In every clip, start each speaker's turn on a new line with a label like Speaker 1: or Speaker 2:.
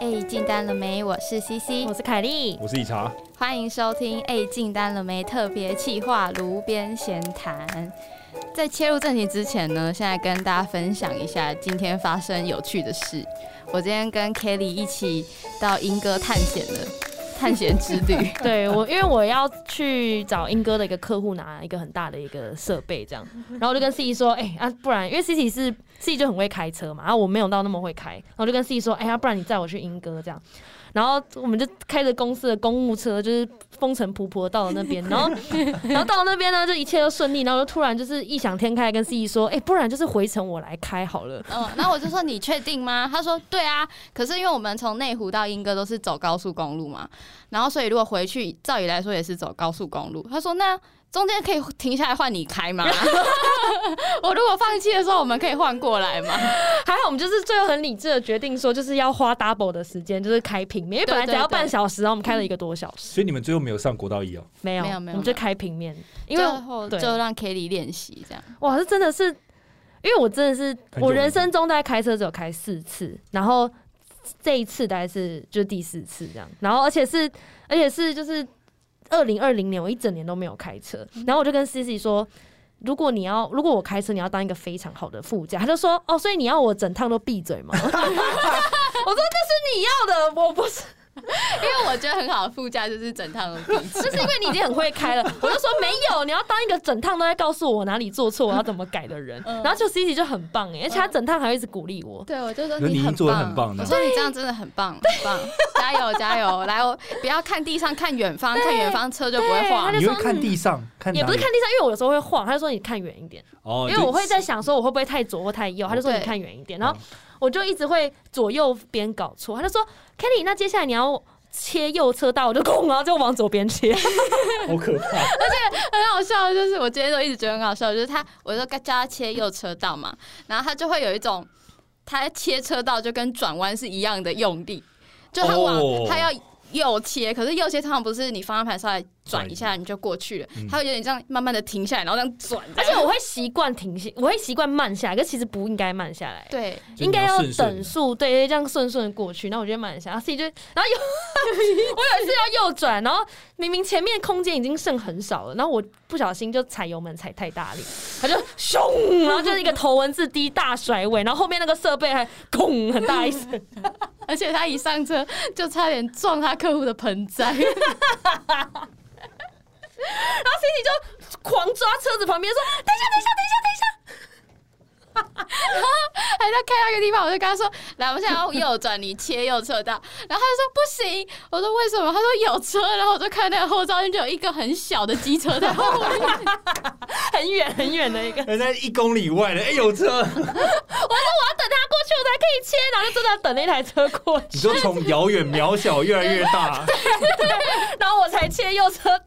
Speaker 1: 哎，进单了没？我是西西
Speaker 2: 我，是凯莉，
Speaker 3: 我是以茶，
Speaker 1: 欢迎收听《哎，进单了没》特别企划炉边闲谈。在切入正题之前呢，现在跟大家分享一下今天发生有趣的事。我今天跟 Kelly 一起到英歌探险的探险之旅。
Speaker 2: 对我，因为我要去找英哥的一个客户拿一个很大的一个设备，这样，然后我就跟 C C 说，哎、啊，不然因为 C C 是 C C 就很会开车嘛，然啊后我没有到那么会开，然后我就跟 C C 说，哎、呀，不然你载我去英哥这样，然后我们就开着公司的公务车，就是风尘仆仆地到了那边，然后然后到了那边呢，就一切都顺利，然后就突然就是异想天开，跟 C C 说，哎、不然就是回程我来开好了，
Speaker 1: 嗯，然后我就说你确定吗？他说对啊，可是因为我们从内湖到莺歌都是走高速公路嘛，然后所以如果回去，照理来说也是走高速公路。他说那中间可以停下来换你开吗？ 我如果放弃的时候，我们可以换过来吗？
Speaker 2: 还好我们就是最后很理智的决定说，就是要花 double 的时间，就是开平面，因为本来只要
Speaker 1: 对对对
Speaker 2: 半小时，然后我们开了一个多小时。
Speaker 3: 所以你们最后没有上国道一哦，
Speaker 2: 没有，
Speaker 1: 没有没有
Speaker 2: 我们就开平面，因
Speaker 1: 最
Speaker 2: 为
Speaker 1: 后
Speaker 2: 对
Speaker 1: 就让 Kelly 练习这样。
Speaker 2: 哇，这真的是，因为我真的是
Speaker 3: 很久
Speaker 2: 我人生中大概开车只有开四次，然后这一次大概是就是第四次这样，然后而且是而且是就是二零二零年我一整年都没有开车，然后我就跟 C C 说。如果你要，如果我开车，你要当一个非常好的副驾。他就说：“哦，所以你要我整趟都闭嘴吗？” 我说：“那是你要的，我不是。”
Speaker 1: 因为我觉得很好的副驾就是整趟的闭嘴。
Speaker 2: 就是因为你已经很会开了，我就说没有，你要当一个整趟都在告诉我哪里做错，我要怎么改的人。
Speaker 1: 嗯
Speaker 2: 然后就 C C 就很棒哎、而且他整趟还会一直鼓励我。
Speaker 1: 对，我就说
Speaker 3: 可是你已
Speaker 1: 很
Speaker 3: 经
Speaker 1: 棒，
Speaker 3: 做得很棒了
Speaker 1: 我说你这样真的很棒，很 棒，加油加油！来，我不要看地上，看远方，看远方车就不会晃
Speaker 2: 对他。就
Speaker 3: 你
Speaker 2: 说嗯
Speaker 3: 会看地上，看
Speaker 2: 也
Speaker 3: 哪
Speaker 2: 不是
Speaker 3: 里
Speaker 2: 看地上，因为我有时候会晃，他就说你看远一点，
Speaker 3: 哦，
Speaker 2: 因为我会在想说我会不会太左或太右，他就说
Speaker 1: 对
Speaker 2: 你看远一点，然后我就一直会左右边搞错，他就说 Kelly，那接下来你要切右车道，我就空，然后就往左边切，
Speaker 3: 就好可怕，
Speaker 1: 很好笑，就是我今天都一直觉得很好笑，就是他，我就叫他切右车道嘛，然后他就会有一种，他切车道就跟转弯是一样的用力，就他往、
Speaker 3: 哦
Speaker 1: 他要右切，可是右切通常不是你方向盘稍微转一下你就过去了，
Speaker 3: 嗯
Speaker 1: 他会有点这样慢慢的停下来，然后这样转，
Speaker 2: 而且我会习惯停下，我会习惯慢下来，可其实不应该慢下来。
Speaker 1: 对，
Speaker 3: 就
Speaker 2: 应
Speaker 3: 你
Speaker 2: 该要
Speaker 3: 顺顺的
Speaker 2: 等速，对，这样顺顺过去。那我觉得蛮啊想，自己就，然后有我有一次要右转，然后明明前面空间已经剩很少了，然后我不小心就踩油门踩太大力，他就咻，然后就是一个头文字 D 大甩尾，然后后面那个设备还空很大一声，
Speaker 1: 而且他一上车就差点撞他客户的盆栽，
Speaker 2: 狂抓车子旁边说等一下等一下等一下等一下，
Speaker 1: 还在开到一个地方，我就跟他说：“来，我们现在要右转，你切右车道。”然后他就说：“不行。”我说：“为什么？”他说：“有车。”然后我就看那个后照镜，就有一个很小的机车在后面。
Speaker 2: 很远很远的一个，
Speaker 3: 人家一公里外的，哎，有车，
Speaker 2: 我要等他过去我才可以切，然后就真的等那台车过去，
Speaker 3: 你说从遥远渺小越来越 大，
Speaker 2: 然后我才切右车道。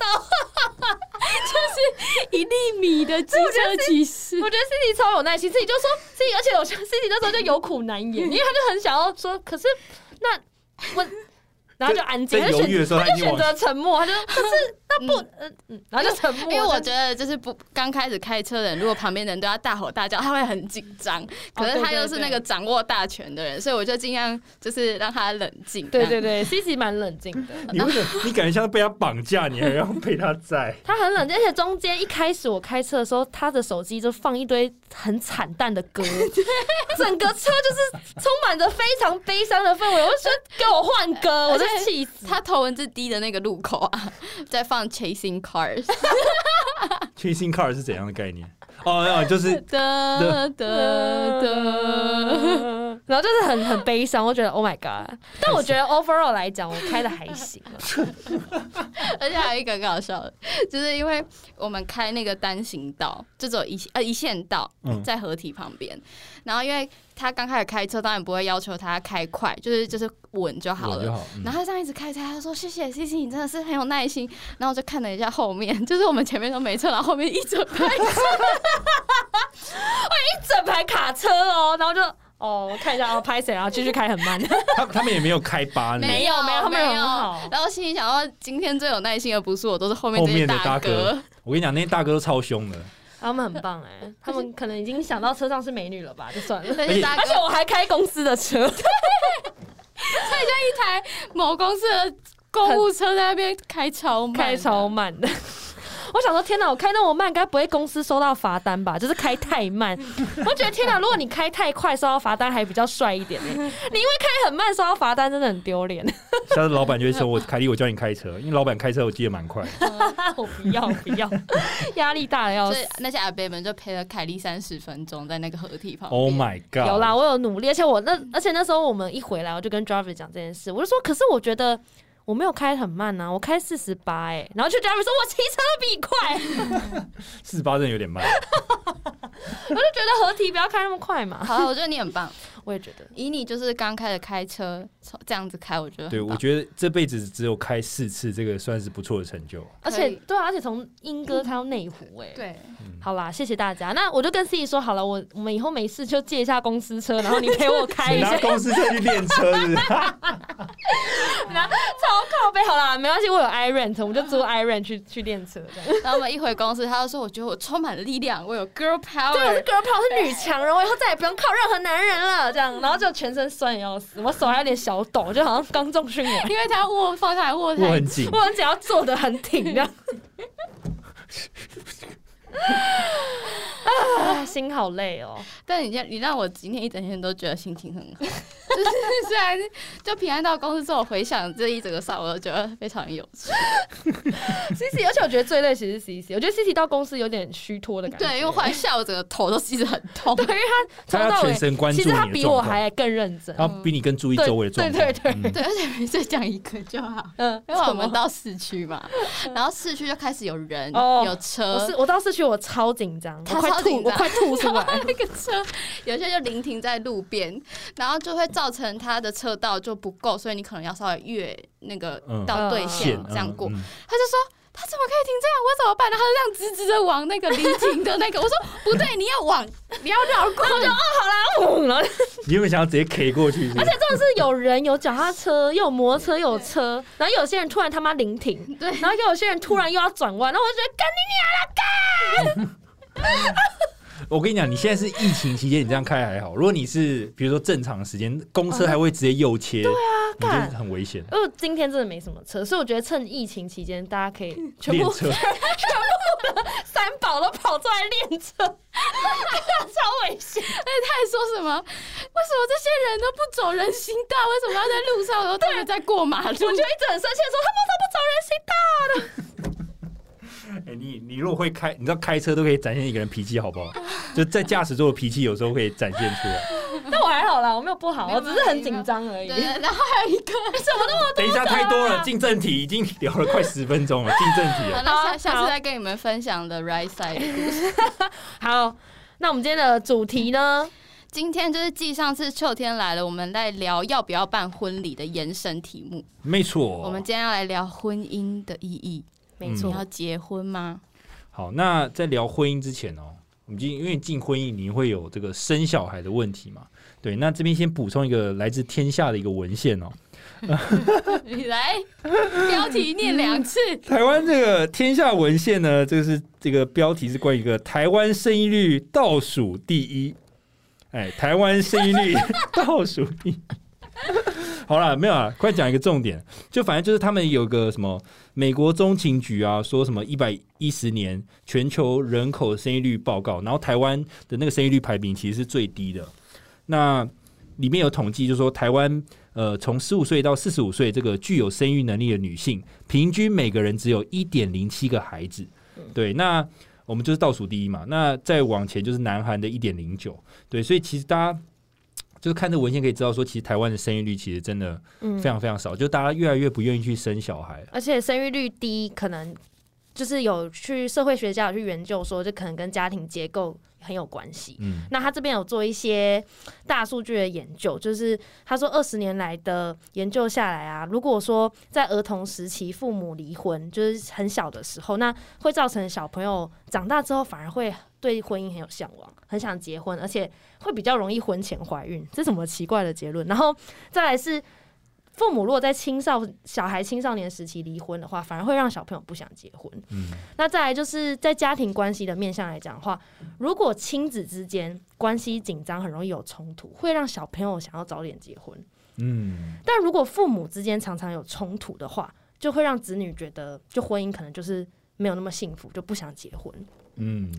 Speaker 1: 一粒米的机车骑士，
Speaker 2: 我觉得 Cindy 超有耐心，自己就说自己，而且我觉得 Cindy 那时候就有苦难言，因为他就很想要说，可是那我，然后就安静，
Speaker 3: 在
Speaker 2: 他就
Speaker 3: 犹
Speaker 2: 选
Speaker 3: 豫的时候，他
Speaker 2: 他
Speaker 3: 已
Speaker 2: 就
Speaker 3: 经
Speaker 2: 选
Speaker 3: 往
Speaker 2: 择沉默，他就可 是那不，嗯嗯，然后就沉默，
Speaker 1: 因为我
Speaker 2: 就
Speaker 1: 觉得就是不刚开始开车的人，如果旁边的人对他大吼大叫，他会很紧张。
Speaker 2: 哦
Speaker 1: 可是他又是那个掌握大权的人，所以我就尽量就是让他冷静。
Speaker 2: 对对对，Cici 蛮冷静的，
Speaker 3: 你为什么？你感觉像被他绑架，你还要被他载？
Speaker 2: 他很冷静，而且中间一开始我开车的时候，他的手机就放一堆很惨淡的 歌，整个车就是充满着非常悲伤的氛围，我就说给我换歌，我就
Speaker 1: 而且
Speaker 2: 气死。
Speaker 1: 他头文字 D 的那个路口啊，在放 Chasing Cars。
Speaker 3: Chasing car 是怎样的概念？哦，哦就是
Speaker 1: 哒哒哒。
Speaker 2: 然后就是很很悲伤，我觉得 Oh my God！但我觉得 overall 来讲，我开的还行啊。
Speaker 1: 而且还有一个很搞笑的，就是因为我们开那个单行道，就只有一呃一线道
Speaker 3: 嗯
Speaker 1: 在合体旁边，然后因为他刚开始开车，当然不会要求他开快，就是就是稳就好
Speaker 3: 我
Speaker 1: 了。
Speaker 3: 就好。嗯
Speaker 1: 然后他这样一直开车，他说：“谢谢，谢谢你，真的是很有耐心。”然后我就看了一下后面，就是我们前面都没车，然后后面一 整排
Speaker 2: 一 整排卡车哦，然后就哦看一下哦拍谁，然后继续开很慢。
Speaker 3: 他他们也没有开八呢，
Speaker 2: 没有没有他们很好
Speaker 1: 然后心里想说，今天最有耐心的不是我，都是后面
Speaker 3: 后
Speaker 1: 这些
Speaker 3: 面的大
Speaker 1: 哥。
Speaker 3: 哥，我跟你讲，那些大哥都超凶的，
Speaker 2: 他们很棒哎、他们可能已 经想到车上是美女了吧，就算了。
Speaker 1: 那些大
Speaker 2: 而
Speaker 1: 哥
Speaker 2: 且我还开公司的车，
Speaker 1: 一台某公司的公务车在那边开超慢，
Speaker 2: 开超慢的。 我想说，天哪！我开那么慢，该不会公司收到罚单吧？就是开太 慢。我觉得天哪，如果你开太快，收到罚单还比较帅一点呢、欸你因为开很慢，收到罚单真的很丢脸。
Speaker 3: 下次老板就会说：“我凯莉，我教你开车。”因为老板开车我记得蛮快的，
Speaker 2: 我不要，我不要，压力大的要
Speaker 3: 哦
Speaker 1: 所
Speaker 2: 死
Speaker 1: 以。那些阿伯们就陪了凯莉三十分钟在那个河堤旁边。
Speaker 3: Oh my god！
Speaker 2: 有啦，，我有努力，而且我那而且那时候我们一回来，我就跟 driver 讲这件事，我就说，可是我觉得我没有开很慢呐、我开四十八哎，然后就 driver 说我骑车都比你快，
Speaker 3: 四十八真的有点慢。
Speaker 2: 我就觉得合体不要开那么快嘛，
Speaker 1: 好了，我觉得你很棒。
Speaker 2: 我也觉得。
Speaker 1: 以你就是刚开始开车从这样子开，我觉得
Speaker 3: 对，
Speaker 1: 很
Speaker 3: 我
Speaker 1: 棒
Speaker 3: 觉得这辈子只有开四次，这个算是不错的成就。
Speaker 2: 而
Speaker 1: 可
Speaker 2: 且
Speaker 1: 以
Speaker 2: 对啊，而且从莺歌开到内湖哎、，
Speaker 1: 对，
Speaker 2: 好啦，谢谢大家。那我就跟司仪说好了，我我们以后没事就借一下公司车，然后你陪我开
Speaker 3: 你
Speaker 2: 一下
Speaker 3: 拿公司车去练车是不是？
Speaker 2: 靠背。好啦，没关系，我有 i rent，我们就 租 i rent 去去练车这样。
Speaker 1: 然后我们一回公司，他就说：“我觉得我充满了力量，我有 girl
Speaker 2: 对，我是
Speaker 1: power。
Speaker 2: girl power，我是女强人，我以后再也不用靠任何男人了，这样，然后就全身酸也要死，我手还有点小抖，就好像刚重训完”，
Speaker 1: 因为他握放下来握
Speaker 3: 我
Speaker 1: 太
Speaker 3: 很紧
Speaker 2: 我，只要坐得很挺这样。啊，心好累哦！
Speaker 1: 但你这你让我今天一整天都觉得心情很好， 就是虽然就平安到公司之后回想这一整个上，我都觉得非常有趣。
Speaker 2: C C，而且我觉得最累其实 C C，我觉得 C C 到公司有点虚脱的感觉。
Speaker 1: 对，因为后来下午整个头都一直很痛
Speaker 2: 对，。因为
Speaker 3: 他
Speaker 2: 他从
Speaker 3: 要
Speaker 2: 到
Speaker 3: 全
Speaker 2: 尾，
Speaker 3: 神关注
Speaker 2: 其
Speaker 3: 你
Speaker 2: 实他
Speaker 3: 的
Speaker 2: 比我
Speaker 3: 状况，哦
Speaker 2: 还更认真。
Speaker 3: 他比你更注意周围的状况。嗯
Speaker 2: 对对
Speaker 3: 对
Speaker 1: 对，而且每次讲一个就好。
Speaker 2: 嗯，
Speaker 1: 因为啊我们到市区 嘛，然后市区就开始有人、
Speaker 2: 哦
Speaker 1: 有
Speaker 2: 我
Speaker 1: 车
Speaker 2: 是，我到市区，我超紧张，我
Speaker 1: 他
Speaker 2: 快
Speaker 1: 超
Speaker 2: 吐，
Speaker 1: 紧
Speaker 2: 我
Speaker 1: 张
Speaker 2: 快吐出来。
Speaker 1: 那个车有些就临停在路边，然后就会造成他的车道就不够，所以你可能要稍微越那个
Speaker 3: 嗯
Speaker 1: 到对线
Speaker 2: 啊
Speaker 3: 线
Speaker 1: 这样过。
Speaker 3: 嗯嗯
Speaker 1: 他就说。他怎么可以停这样？我怎么办？然后他就这样直直的往那个临停的那个，我说不对，你要往， 你要绕过。我就哦
Speaker 2: 嗯然后
Speaker 3: 你有没有想要直接 K 过去是不是？
Speaker 2: 哎就是有人有脚踏车，又有摩托车，又有车，然后有些人突然他妈临停，
Speaker 1: 对
Speaker 2: 然后又有些人突然又要转弯，然后我就觉得干你
Speaker 3: 我跟你讲，你现在是疫情期间，你这样开还好。如果你是比如说正常时间，公车还会直接右切，对啊，你
Speaker 2: 嗯干
Speaker 3: 就很危险。
Speaker 2: 因为今天真的没什么车，所以我觉得趁疫情期间，大家可以
Speaker 1: 嗯
Speaker 2: 全
Speaker 3: 练
Speaker 2: 部
Speaker 3: 车，
Speaker 2: 三宝都跑出来练车， 超危险。
Speaker 1: 他还说什么？为什么这些人都不走人行道？为什么要在路上？然后他们在过马路
Speaker 2: 我就一？直很生气，说他们都不走人行道。
Speaker 3: 哎、你你如果会开，你知道开车都可以展现一个人脾气好不好？就在驾驶座的脾气有时候会展现出来。
Speaker 2: 但我还好啦，我没有不好，
Speaker 1: 没
Speaker 2: 我
Speaker 1: 有
Speaker 2: 只是很紧张而已。
Speaker 1: 对，然后还有 一个什么都
Speaker 3: 等一下太多 了，进正题已经聊了快十分钟了，进正题
Speaker 1: 好，
Speaker 3: 了。
Speaker 1: 那下下次再跟你们分享的 right side 的故事。
Speaker 2: 好，那我们今天的主题呢？
Speaker 1: 今天就是继上次秋天来了，我们在聊要不要办婚礼的延伸题目。
Speaker 3: 没错，
Speaker 1: 我们今天要来聊婚姻的意义。
Speaker 2: 没
Speaker 1: 你
Speaker 2: 错，
Speaker 1: 要结婚吗？
Speaker 3: 好。那在聊婚姻之前哦，我们进因为进婚姻你会有这个生小孩的问题嘛？对，那这边先补充一个来自天下的一个文献哦，
Speaker 1: 你来，标题念
Speaker 2: 嗯
Speaker 1: 两次。
Speaker 3: 台湾这个天下文献呢，这个是这个标题是关于一个台湾生育率倒数第一，哎，台湾生育率倒数第一。好了，没有啊，快讲一个重点，就反正就是他们有个什么美国中情局啊，说什么一百一十年全球人口生育率报告，然后台湾的那个生育率排名其实是最低的。那里面有统计，就说台湾呃从十五岁到四十五岁这个具有生育能力的女性，平均每个人只有一点零七个孩子。
Speaker 2: 嗯
Speaker 3: 对，那我们就是倒数第一嘛。那再往前就是南韩的一点零九。对，所以其实大家。就是看这文献可以知道，说其实台湾的生育率其实真的
Speaker 2: 嗯
Speaker 3: 非常非常少，就大家越来越不愿意去生小孩。
Speaker 2: 而且生育率低，可能就是有去社会学家有去研究说，这可能跟家庭结构很有关系。
Speaker 3: 嗯，
Speaker 2: 那他这边有做一些大数据的研究，就是他说二十年来的研究下来啊，如果说在儿童时期父母离婚，就是很小的时候，那会造成小朋友长大之后反而会对婚姻很有向往，很想结婚，而且会比较容易婚前怀孕，这什么奇怪的结论？然后再来是。父母如果在青少小孩青少年时期离婚的话，反而会让小朋友不想结婚。
Speaker 3: 嗯
Speaker 2: 那再来就是在家庭关系的面向来讲的话，如果亲子之间关系紧张，很容易有冲突，会让小朋友想要早点结婚。
Speaker 3: 嗯，
Speaker 2: 但如果父母之间常常有冲突的话，就会让子女觉得，就婚姻可能就是没有那么幸福，就不想结婚。
Speaker 3: 嗯，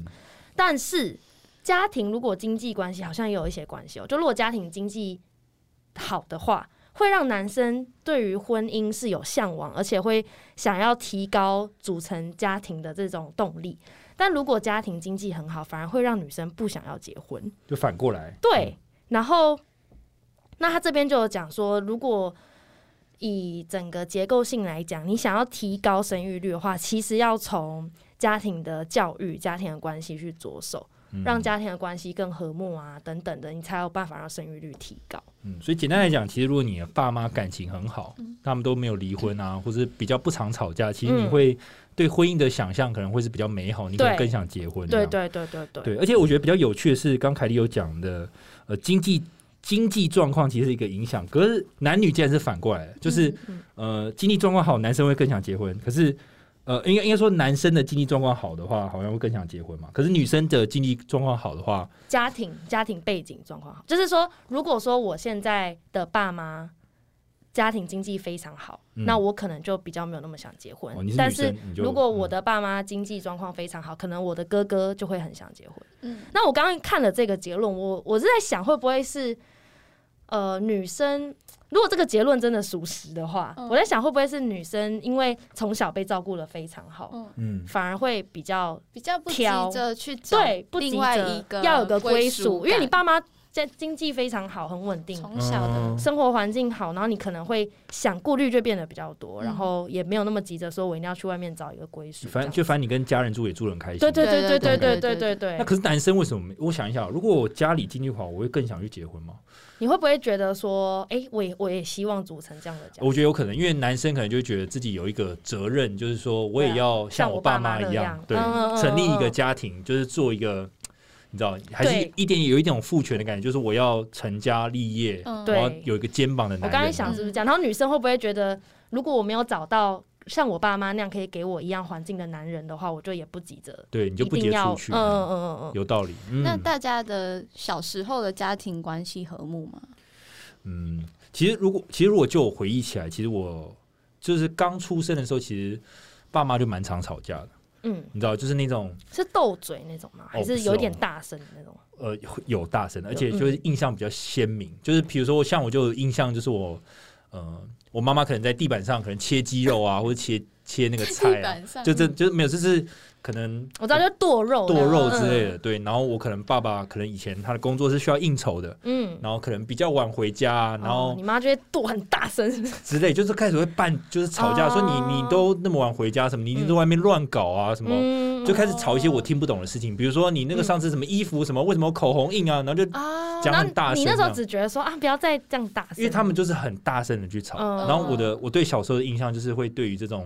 Speaker 2: 但是家庭如果经济关系好像也有一些关系哦，就如果家庭经济好的话，会让男生对于婚姻是有向往，而且会想要提高组成家庭的这种动力。但如果家庭经济很好，反而会让女生不想要结婚。
Speaker 3: 就反过来，
Speaker 2: 对，然后那他这边就有讲说，如果以整个结构性来讲，你想要提高生育率的话，其实要从家庭的教育、家庭的关系去着手，
Speaker 3: 嗯
Speaker 2: 让家庭的关系更和睦啊，等等的，你才有办法让生育率提高。
Speaker 3: 嗯，所以简单来讲，其实如果你的爸妈感情很好，他们都没有离婚啊，或者比较不常吵架，其实你
Speaker 2: 嗯
Speaker 3: 会对婚姻的想象可能会是比较美好，你可能
Speaker 2: 对
Speaker 3: 更想结婚这啊
Speaker 2: 对对
Speaker 3: 样。
Speaker 2: 对对对，
Speaker 3: 嗯对而且我觉得比较有趣的是，刚凯莉有讲的，呃，经济经济状况其实是一个影响，可是男女竟然是反过来的，就是、
Speaker 2: 嗯
Speaker 3: 呃，经济状况好，男生会更想结婚，可是。呃，应该应该说，男生的经济状况好的话，好像会更想结婚嘛。可是女生的经济状况好的话，
Speaker 2: 家庭家庭背景状况好，就是说，如果说我现在的爸妈家庭经济非常好，
Speaker 3: 嗯
Speaker 2: 那我可能就比较没有那么想结婚。
Speaker 3: 哦你是
Speaker 2: 但
Speaker 3: 女
Speaker 2: 是
Speaker 3: 生你就嗯
Speaker 2: 如果我的爸妈经济状况非常好，可能我的哥哥就会很想结婚。
Speaker 1: 嗯
Speaker 2: 那我刚刚看了这个结论，我我是在想，会不会是呃女生？如果这个结论真的属实的话，
Speaker 1: 嗯
Speaker 2: 我在想会不会是女生因为从小被照顾的非常好，
Speaker 1: 嗯
Speaker 3: 嗯，
Speaker 2: 反而会比较
Speaker 1: 比较不急
Speaker 2: 挑
Speaker 1: 着去找
Speaker 2: 对，不急
Speaker 1: 另外
Speaker 2: 着
Speaker 1: 一个
Speaker 2: 要有个归
Speaker 1: 属
Speaker 2: 属，
Speaker 1: 感，
Speaker 2: 因为你爸妈在经济非常好，很稳定，
Speaker 1: 从小的
Speaker 3: 嗯
Speaker 2: 生活环境好，然后你可能会想顾虑就变得比较多，
Speaker 1: 嗯
Speaker 2: 然后也没有那么急着说我一定要去外面找一个归属。
Speaker 3: 反正
Speaker 2: 这
Speaker 3: 就
Speaker 2: 样
Speaker 3: 反正你跟家人住也住得很开心，
Speaker 2: 对对
Speaker 1: 对
Speaker 2: 对对
Speaker 1: 对
Speaker 2: 对
Speaker 1: 对
Speaker 2: 对对
Speaker 3: 那
Speaker 2: 对，
Speaker 3: 可是男生为什么没？我想一下，如果我家里经济好，我会更想去结婚吗？
Speaker 2: 你会不会觉得说，哎，我也我也希望组成这样的家
Speaker 3: 我觉得有可能，因为男生可能就会觉得自己有一个责任，就是说我也要像
Speaker 2: 啊像
Speaker 3: 我
Speaker 2: 我
Speaker 3: 爸
Speaker 2: 爸妈
Speaker 3: 一
Speaker 2: 那
Speaker 3: 样
Speaker 2: 样，
Speaker 3: 对，
Speaker 2: 嗯嗯嗯
Speaker 3: 成立一个
Speaker 2: 嗯
Speaker 3: 家庭，就是做一个，你知道，还是
Speaker 2: 对
Speaker 3: 一点有一种父权的感觉，就是我要成家立业，
Speaker 1: 嗯
Speaker 3: 我
Speaker 2: 对
Speaker 3: 要有一个肩膀的
Speaker 2: 我
Speaker 3: 男人。
Speaker 2: 刚才想是不是这样？然后女生会不会觉得，如果我没有找到像我爸妈那样可以给我一样环境的男人的话，我就也不急着，
Speaker 3: 对，你就
Speaker 2: 一
Speaker 3: 不
Speaker 2: 定
Speaker 3: 接
Speaker 2: 要嗯嗯
Speaker 3: 出去，
Speaker 2: 嗯嗯嗯，
Speaker 3: 有道理。嗯
Speaker 1: 那大家的小时候的家庭关系和睦吗？
Speaker 3: 嗯，其实如果其实如果就我回忆起来，其实我就是刚出生的时候，其实爸妈就蛮常吵架的，
Speaker 2: 嗯，
Speaker 3: 你知道，就是那种。
Speaker 2: 是斗嘴那种吗？还
Speaker 3: 不
Speaker 2: 是
Speaker 3: 是
Speaker 2: 有
Speaker 3: 哦
Speaker 2: 一点大声的那种？
Speaker 3: 呃有大声，而且
Speaker 2: 嗯
Speaker 3: 就是印象比较鲜明。就是比如说，像我就有印象，就是我呃，我妈妈可能在地板上可能切鸡肉啊，或者切切那个菜啊，
Speaker 1: 上
Speaker 2: 嗯
Speaker 3: 就这就是没有，就是可能
Speaker 2: 我知道，就剁肉那
Speaker 3: 剁
Speaker 2: 种，
Speaker 3: 肉之类
Speaker 2: 嗯
Speaker 3: 的。对，然后我可能爸爸可能以前他的工作是需要应酬的。
Speaker 2: 嗯。嗯，
Speaker 3: 然后可能比较晚回家啊，然
Speaker 2: 哦
Speaker 3: 后
Speaker 2: 你妈就会剁很大声，是不是
Speaker 3: 之类，就是开始会办，就是吵架，说
Speaker 2: 哦
Speaker 3: 你你都那么晚回家，什么你一定在外面乱搞啊，什么
Speaker 2: 嗯
Speaker 3: 就开始吵一些我听不懂的事情，比如说你那个上次什么衣服什么，为什么口红印啊，然后就
Speaker 1: 啊
Speaker 3: 讲
Speaker 2: 然
Speaker 3: 很大
Speaker 2: 后
Speaker 3: 声
Speaker 2: 你
Speaker 3: 这
Speaker 2: 那时候
Speaker 3: 样
Speaker 2: 只觉得说啊，不要再这样大声，
Speaker 3: 因为他们就是很大声的去吵。
Speaker 2: 嗯
Speaker 3: 然后我的我对小时候的印象就是会对于这种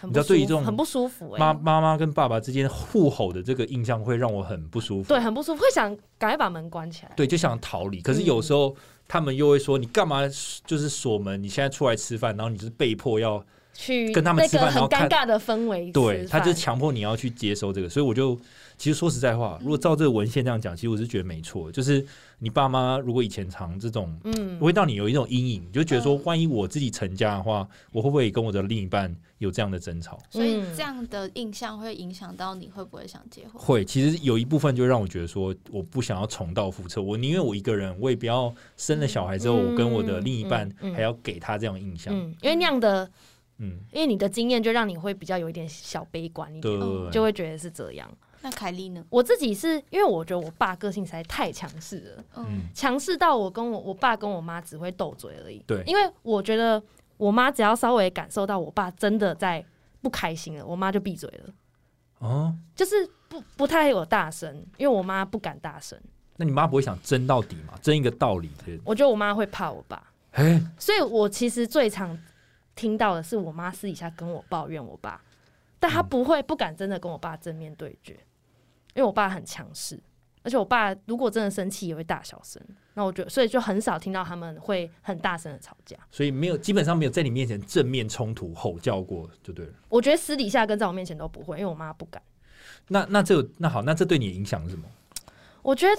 Speaker 2: 很
Speaker 3: 你
Speaker 2: 不
Speaker 3: 知道对于
Speaker 2: 舒
Speaker 3: 这种
Speaker 2: 很不舒服、欸，
Speaker 3: 妈妈妈跟爸爸之间互吼的这个印象会让我很不舒服。
Speaker 2: 对，很不舒服，会想赶快把门关起来。
Speaker 3: 对就想逃离。
Speaker 2: 嗯
Speaker 3: 可是有时候他们又会说：“你干嘛就是锁门？你现在出来吃饭，然后你就是被迫要
Speaker 2: 去
Speaker 3: 跟他们
Speaker 2: 那
Speaker 3: 吃
Speaker 2: 个
Speaker 3: 饭然
Speaker 2: 很
Speaker 3: 后看
Speaker 2: 尴尬的氛围吃饭，
Speaker 3: 对，他就强迫你要去接收这个。”所以我就其实说实在话，如果照这个文献这样讲，其实我是觉得没错。就是你爸妈如果以前常这种
Speaker 2: 嗯，
Speaker 3: 会让你有一种阴影，就觉得说，
Speaker 1: 嗯
Speaker 3: 万一我自己成家的话，我会不会也跟我的另一半有这样的争吵？
Speaker 1: 所以
Speaker 2: 嗯
Speaker 1: 这样的印象会影响到你会不会想结婚？
Speaker 3: 会，其实有一部分就让我觉得说，我不想要重蹈覆辙，我宁愿我一个人，我也不要生了小孩之后，
Speaker 2: 嗯
Speaker 3: 我跟我的另一半
Speaker 2: 嗯嗯
Speaker 3: 还要给他这样的印象。
Speaker 2: 嗯，因为那样的，
Speaker 3: 嗯，
Speaker 2: 因为你的经验就让你会比较有一点小悲观一
Speaker 3: 对
Speaker 2: 点，
Speaker 1: 嗯
Speaker 2: 哦就会觉得是这样。
Speaker 1: 那凯莉呢？
Speaker 2: 我自己是因为我觉得我爸个性实在太强势了，
Speaker 1: 嗯，
Speaker 2: 强势到我跟我我爸跟我妈只会斗嘴而已。
Speaker 3: 对
Speaker 2: 因为我觉得我妈只要稍微感受到我爸真的在不开心了，我妈就闭嘴了，
Speaker 3: 哦，
Speaker 2: 就是不不太有大声，因为我妈不敢大声。
Speaker 3: 那你妈不会想争到底嘛？争一个道理之类的。
Speaker 2: 我觉得我妈会怕我爸，
Speaker 3: 哎，
Speaker 2: 所以我其实最常听到的是我妈私底下跟我抱怨我爸，但
Speaker 3: 嗯
Speaker 2: 她不会不敢真的跟我爸正面对决，因为我爸很强势，而且我爸如果真的生气也会大小声，那我觉得所以就很少听到他们会很大声的吵架。
Speaker 3: 所以没有，基本上没有在你面前正面冲突、吼叫过，就对了。
Speaker 2: 我觉得私底下跟在我面前都不会，因为我妈不敢。
Speaker 3: 那那这那好，那这对你的影响是什么？
Speaker 2: 我觉得，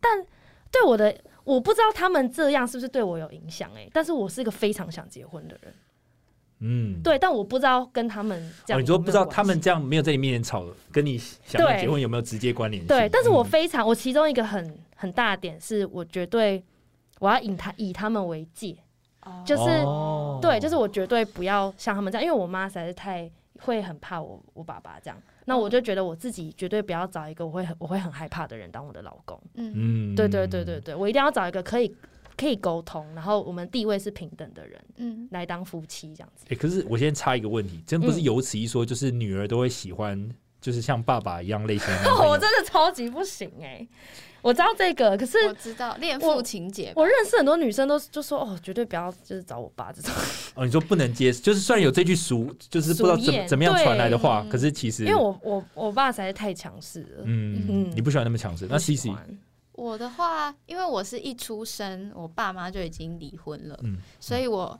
Speaker 2: 但对我的，我不知道他们这样是不是对我有影响哎、但是我是一个非常想结婚的人，
Speaker 3: 嗯，
Speaker 2: 对，但我不知道跟他们这样、
Speaker 3: 哦，你说不知道他们。这样没有在你面前吵，跟你想要
Speaker 2: 对
Speaker 3: 结婚有没有直接关联性？
Speaker 2: 对，但是我
Speaker 3: 嗯
Speaker 2: 非常，我其中一个很很大的点是，我绝对我要以他以他们为戒，就是
Speaker 3: 哦
Speaker 2: 对，就是我绝对不要像他们这样，因为我妈实在是太会很怕我我爸爸这样，那我就觉得我自己绝对不要找一个我会很我会很害怕的人当我的老公。
Speaker 1: 嗯，
Speaker 3: 嗯
Speaker 2: 对对对对，对，我一定要找一个可以可以沟通，然后我们地位是平等的人
Speaker 1: 嗯，
Speaker 2: 来当夫妻这样子。
Speaker 3: 哎、可是我先插一个问题，真不是有此一说，就是女儿都会喜欢，就是像爸爸一样类型的 男朋友
Speaker 2: 哦我真的超级不行哎、我知道这个，可是
Speaker 1: 我知道恋父情节吧，
Speaker 2: 我认识很多女生都就说哦，绝对不要就是找我爸这种，
Speaker 3: 哦，你说不能接，就是虽然有这句俗，就是不知道
Speaker 2: 俗
Speaker 3: 怎
Speaker 2: 谚
Speaker 3: 怎么样传来的
Speaker 1: 对
Speaker 3: 话，
Speaker 1: 嗯
Speaker 3: 可是其实
Speaker 2: 因为我我我爸实在太强势了。
Speaker 3: 嗯，
Speaker 2: 嗯
Speaker 3: 你不喜欢那么强势，那
Speaker 2: 不喜
Speaker 3: C C
Speaker 2: 欢
Speaker 1: 我的话，因为我是一出生，我爸妈就已经离婚了，
Speaker 3: 嗯
Speaker 1: 所以我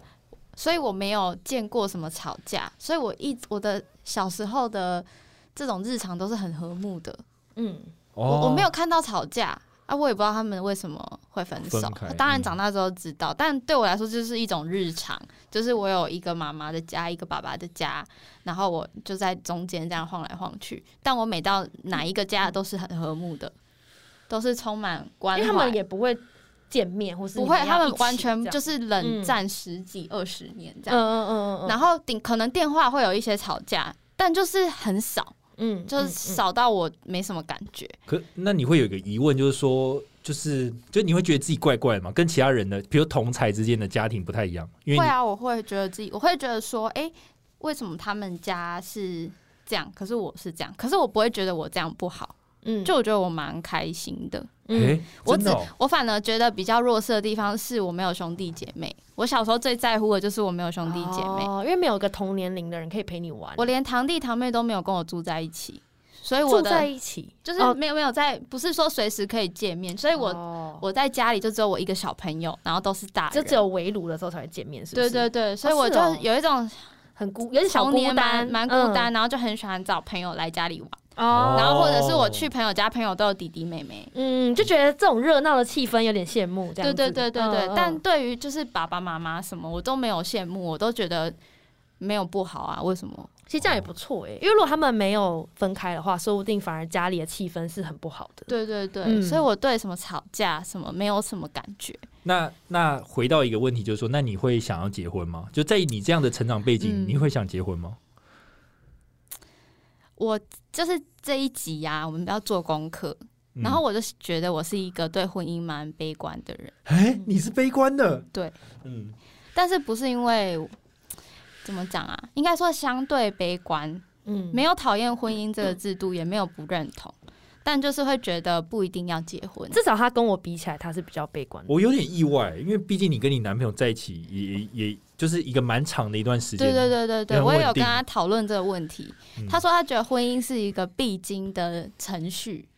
Speaker 1: 所以我没有见过什么吵架，所以我一我的小时候的这种日常都是很和睦的，
Speaker 2: 嗯，
Speaker 1: 我我
Speaker 3: 哦
Speaker 1: 没有看到吵架啊，我也不知道他们为什么会分手。
Speaker 3: 分开
Speaker 1: 当然
Speaker 3: 嗯
Speaker 1: 长大之后知道，但对我来说就是一种日常，就是我有一个妈妈的家，一个爸爸的家，然后我就在中间这样晃来晃去。但我每到哪一个家都是很和睦的，都是充满
Speaker 2: 因
Speaker 1: 关
Speaker 2: 为他们
Speaker 1: 怀。
Speaker 2: 也不会见面，或是
Speaker 1: 不
Speaker 2: 你
Speaker 1: 会，
Speaker 2: 要
Speaker 1: 他们
Speaker 2: 一起
Speaker 1: 完全
Speaker 2: 这样
Speaker 1: 就是冷战十几二十年这
Speaker 2: 嗯
Speaker 1: 样，
Speaker 2: 嗯嗯嗯，
Speaker 1: 然
Speaker 2: 后
Speaker 1: 后顶可能电话会有一些吵架，但就是很少，
Speaker 2: 嗯
Speaker 1: 就是少到我没什么感觉。
Speaker 3: 可那你会有一个疑问，就是说，就是就你会觉得自己怪怪的嘛，跟其他人的，比如同才之间的家庭不太一样，因为
Speaker 1: 会
Speaker 3: 你
Speaker 1: 啊，我会觉得自己，我会觉得说，哎、为什么他们家是这样，可是我是这样，可是我不会觉得我这样不好，
Speaker 2: 嗯
Speaker 1: 就我觉得我蛮开心的。
Speaker 3: 诶，
Speaker 1: 嗯我
Speaker 3: 真
Speaker 1: 只
Speaker 3: 的哦
Speaker 1: 我反而觉得比较弱势的地方是我没有兄弟姐妹，我小时候最在乎的就是我没有兄弟姐妹，
Speaker 2: 哦，因为没有一个同年龄的人可以陪你玩，
Speaker 1: 我连堂弟堂妹都没有跟我住在一起，所以
Speaker 2: 住
Speaker 1: 我
Speaker 2: 在
Speaker 1: 的
Speaker 2: 一起，
Speaker 1: 就是
Speaker 2: 哦
Speaker 1: 没有没有在，不是说随时可以见面，所以我。
Speaker 2: 哦
Speaker 1: 我在家里就只有我一个小朋友，然后都是大人，
Speaker 2: 就只有围炉的时候才会见面，是不
Speaker 1: 对
Speaker 2: 是？
Speaker 1: 对对，所以
Speaker 2: 哦
Speaker 1: 我
Speaker 2: 是
Speaker 1: 就
Speaker 2: 哦
Speaker 1: 有一种
Speaker 2: 很孤，有点小
Speaker 1: 童
Speaker 2: 孤
Speaker 1: 年
Speaker 2: 单，
Speaker 1: 蛮蛮孤单，嗯然后就很喜欢找朋友来家里玩，
Speaker 2: 嗯哦。
Speaker 1: 然后或者是我去朋友家，朋友都有弟弟妹妹。
Speaker 2: 嗯，就觉得这种热闹的气氛有点羡慕，这样
Speaker 1: 对
Speaker 2: 子
Speaker 1: 对对对对，
Speaker 2: 嗯嗯
Speaker 1: 但对于就是爸爸妈妈什么，我都没有羡慕，我都觉得没有不好啊。为什么？
Speaker 2: 其实这样也不错哎、因为如果他们没有分开的话，说不定反而家里的气氛是很不好的。
Speaker 1: 对对对，
Speaker 2: 嗯
Speaker 1: 所以我对什么吵架什么没有什么感觉。
Speaker 3: 那那回到一个问题，就是说，那你会想要结婚吗？就在你这样的成长背景，
Speaker 1: 嗯
Speaker 3: 你会想结婚吗？
Speaker 1: 我就是这一集呀、我们不要做功课，
Speaker 3: 嗯
Speaker 1: 然后我就觉得我是一个对婚姻蛮悲观的人，
Speaker 3: 哎、你是悲观的，
Speaker 1: 对，
Speaker 3: 嗯，
Speaker 1: 但是不是因为怎么讲啊？应该说相对悲观，
Speaker 2: 嗯，
Speaker 1: 没有讨厌婚姻这个制度，也没有不认同，但就是会觉得不一定要结婚。
Speaker 2: 至少他跟我比起来，他是比较悲观的。
Speaker 3: 我有点意外，因为毕竟你跟你男朋友在一起也，也也就是一个蛮长的一段时间，
Speaker 1: 对对对对对，
Speaker 3: 也很
Speaker 1: 我
Speaker 3: 稳
Speaker 1: 也有
Speaker 3: 定
Speaker 1: 跟他讨论这个问题。
Speaker 3: 嗯
Speaker 1: 他说他觉得婚姻是一个必经的程序，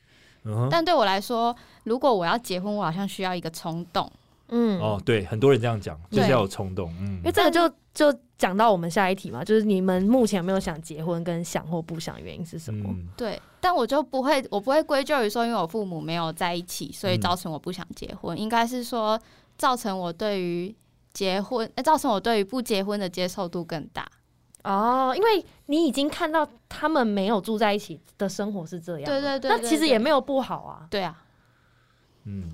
Speaker 3: 嗯哼，
Speaker 1: 但对我来说，如果我要结婚，我好像需要一个冲动。
Speaker 2: 嗯，
Speaker 3: 哦，对，很多人这样讲，
Speaker 1: 对
Speaker 3: 就是要有冲动，嗯
Speaker 2: 因为，这个就就讲到我们下一题嘛，就是你们目前有没有想结婚，跟想或不想原因是什么？
Speaker 3: 嗯
Speaker 1: 对，但我就不会，我不会归咎于说，因为我父母没有在一起，所
Speaker 3: 嗯
Speaker 1: 以造成我不想结婚。应该是说，造成我对于结婚，呃造成我对于不结婚的接受度更大。
Speaker 2: 哦，因为你已经看到他们没有住在一起的生活是这样
Speaker 1: 对
Speaker 2: 了，
Speaker 1: 对对
Speaker 2: 那
Speaker 1: 对
Speaker 2: 其实
Speaker 1: 对
Speaker 2: 也没有不好啊，
Speaker 1: 对啊，
Speaker 3: 嗯，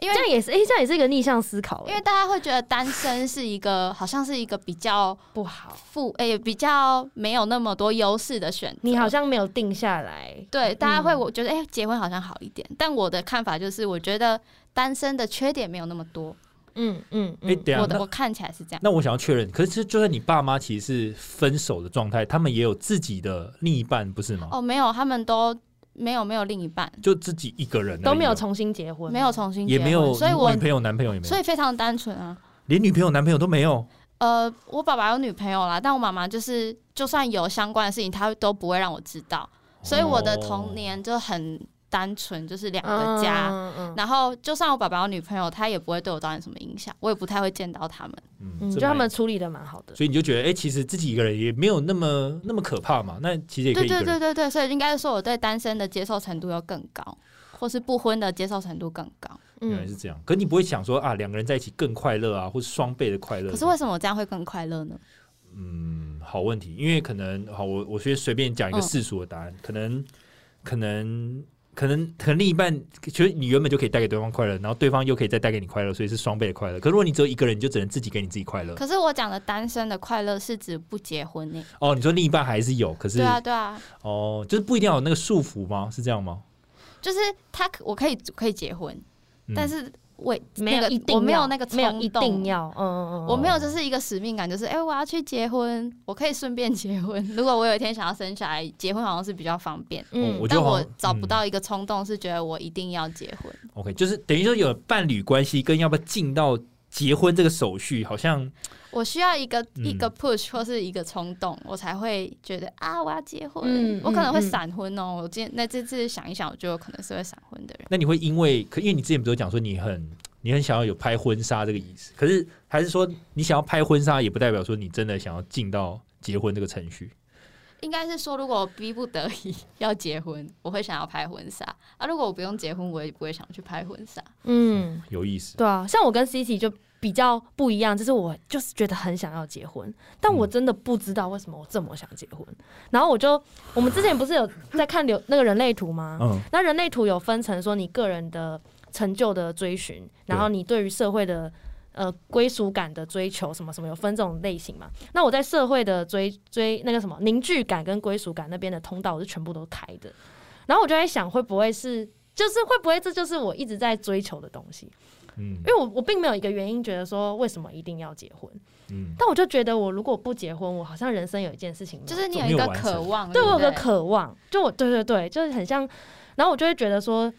Speaker 1: 因为
Speaker 2: 这样也是，哎、这样也是一个逆向思考、
Speaker 1: 因为大家会觉得单身是一个好像是一个比较
Speaker 2: 不好，
Speaker 1: 富，诶、比较没有那么多优势的选择。
Speaker 2: 你好像没有定下来，
Speaker 1: 对大家会，
Speaker 2: 嗯
Speaker 1: 我觉得诶、结婚好像好一点。但我的看法就是，我觉得单身的缺点没有那么多。
Speaker 2: 嗯嗯，
Speaker 3: 哎、等一下
Speaker 1: 我的
Speaker 3: 那
Speaker 1: 我看起来是这样，
Speaker 3: 那我想要确认，可是就算你爸妈其实是分手的状态，他们也有自己的另一半，不是吗？
Speaker 1: 哦，没有，他们都没有没有另一半，
Speaker 3: 就自己一个人而已哦
Speaker 2: 都没有重新结婚，
Speaker 1: 没有，重新结
Speaker 3: 也
Speaker 1: 婚，
Speaker 3: 没有
Speaker 1: 所以我
Speaker 3: 女朋友、男朋友也没
Speaker 1: 所
Speaker 3: 有，
Speaker 1: 以非常单纯啊。
Speaker 3: 连女朋友、男朋友都没有。
Speaker 1: 呃，我爸爸有女朋友啦，但我妈妈就是，就算有相关的事情，她都不会让我知道，所以我的
Speaker 3: 哦
Speaker 1: 童年就很单纯，就是两个家。
Speaker 2: 嗯嗯
Speaker 1: 然后，就算我爸爸有女朋友，他也不会对我造成什么影响，我也不太会见到他们。
Speaker 3: 嗯
Speaker 2: 嗯，
Speaker 3: 这
Speaker 2: 就他
Speaker 3: 蛮
Speaker 2: 们处理的蛮好的，
Speaker 3: 所以你就觉得，哎、其实自己一个人也没有那么那么可怕嘛。那其实也可以
Speaker 1: 对
Speaker 3: 一个
Speaker 1: 对
Speaker 3: 人。
Speaker 1: 对对对，所以应该是说我对单身的接受程度又更高，或是不婚的接受程度更高。
Speaker 3: 原来是这样。可你不会想说啊，两个人在一起更快乐啊，或是双倍的快乐。
Speaker 1: 可是为什么我这样会更快乐呢？
Speaker 3: 嗯，好问题，因为可能好，我我先随便讲一个
Speaker 1: 嗯
Speaker 3: 世俗的答案，可能可能可能可能另一半觉得你原本就可以带给对方快乐，然后对方又可以再带给你快乐，所以是双倍的快乐。可如果你只有一个人，你就只能自己给你自己快乐。
Speaker 1: 可是我讲的单身的快乐是指不结婚呢、
Speaker 3: 哦，你说另一半还是有，可是
Speaker 1: 对啊，对啊，
Speaker 3: 哦，就是不一定要有那个束缚吗？是这样吗？哦
Speaker 1: 就是他可我可以可以结婚，
Speaker 3: 嗯
Speaker 1: 但是我
Speaker 2: 没有
Speaker 1: 那个
Speaker 2: 一定要，
Speaker 1: 我没有那个
Speaker 2: 没有
Speaker 1: 冲
Speaker 2: 一
Speaker 1: 动
Speaker 2: 定要，嗯嗯嗯，
Speaker 1: 我没有，就是一个使命感，就是哎、我要去结婚，我可以顺便结婚。如果我有一天想要生小孩，结婚好像是比较方便。
Speaker 2: 嗯
Speaker 3: 哦我觉得
Speaker 1: 但
Speaker 3: 好
Speaker 1: 我
Speaker 3: 像
Speaker 1: 找不
Speaker 3: 嗯
Speaker 1: 到一个冲动，是觉得我一定要结婚。
Speaker 3: OK，就是等于说有伴侣关系跟要不要进到结婚这个手续，好像
Speaker 1: 我需要一个、
Speaker 3: 嗯
Speaker 1: 一个 push 或是一个冲动，我才会觉得啊，我要结婚。
Speaker 2: 嗯
Speaker 1: 我可能会
Speaker 2: 嗯嗯
Speaker 1: 闪婚哦。我今天那这次想一想，我觉得我可能是会闪婚的人。
Speaker 3: 那你会因为可因为你之前不是有讲说你很你很想要有拍婚纱这个意思，可是还是说你想要拍婚纱，也不代表说你真的想要进到结婚这个程序。
Speaker 1: 应该是说，如果我逼不得已要结婚，我会想要拍婚纱啊。如果我不用结婚，我也不会想去拍婚纱。
Speaker 2: 嗯，
Speaker 3: 有意思，
Speaker 2: 对啊，像我跟 Cici 就比较不一样，就是我就是觉得很想要结婚，
Speaker 3: 嗯
Speaker 2: 但我真的不知道为什么我这么想结婚。然后我就，我们之前不是有在看流那个人类图吗？
Speaker 3: 嗯，
Speaker 2: 那人类图有分成说你个人的成就的追寻，然后你对于社会的呃归属感的追求，什么什么有分这种类型嘛？那我在社会的追追那个什么凝聚感跟归属感那边的通道，我是全部都开的。然后我就在想，会不会是就是会不会这就是我一直在追求的东西？
Speaker 3: 嗯
Speaker 2: 因为我我并没有一个原因觉得说为什么一定要结婚，
Speaker 3: 嗯，
Speaker 2: 但我就觉得我如果不结婚，我好像人生有一件事情没有
Speaker 1: 就是你
Speaker 3: 总
Speaker 1: 有
Speaker 3: 没有
Speaker 1: 一个
Speaker 3: 完
Speaker 1: 渴
Speaker 3: 成
Speaker 1: 望，
Speaker 2: 对
Speaker 1: 不
Speaker 2: 我有个渴望，就我对对对，就是很像，然后我就会觉得说，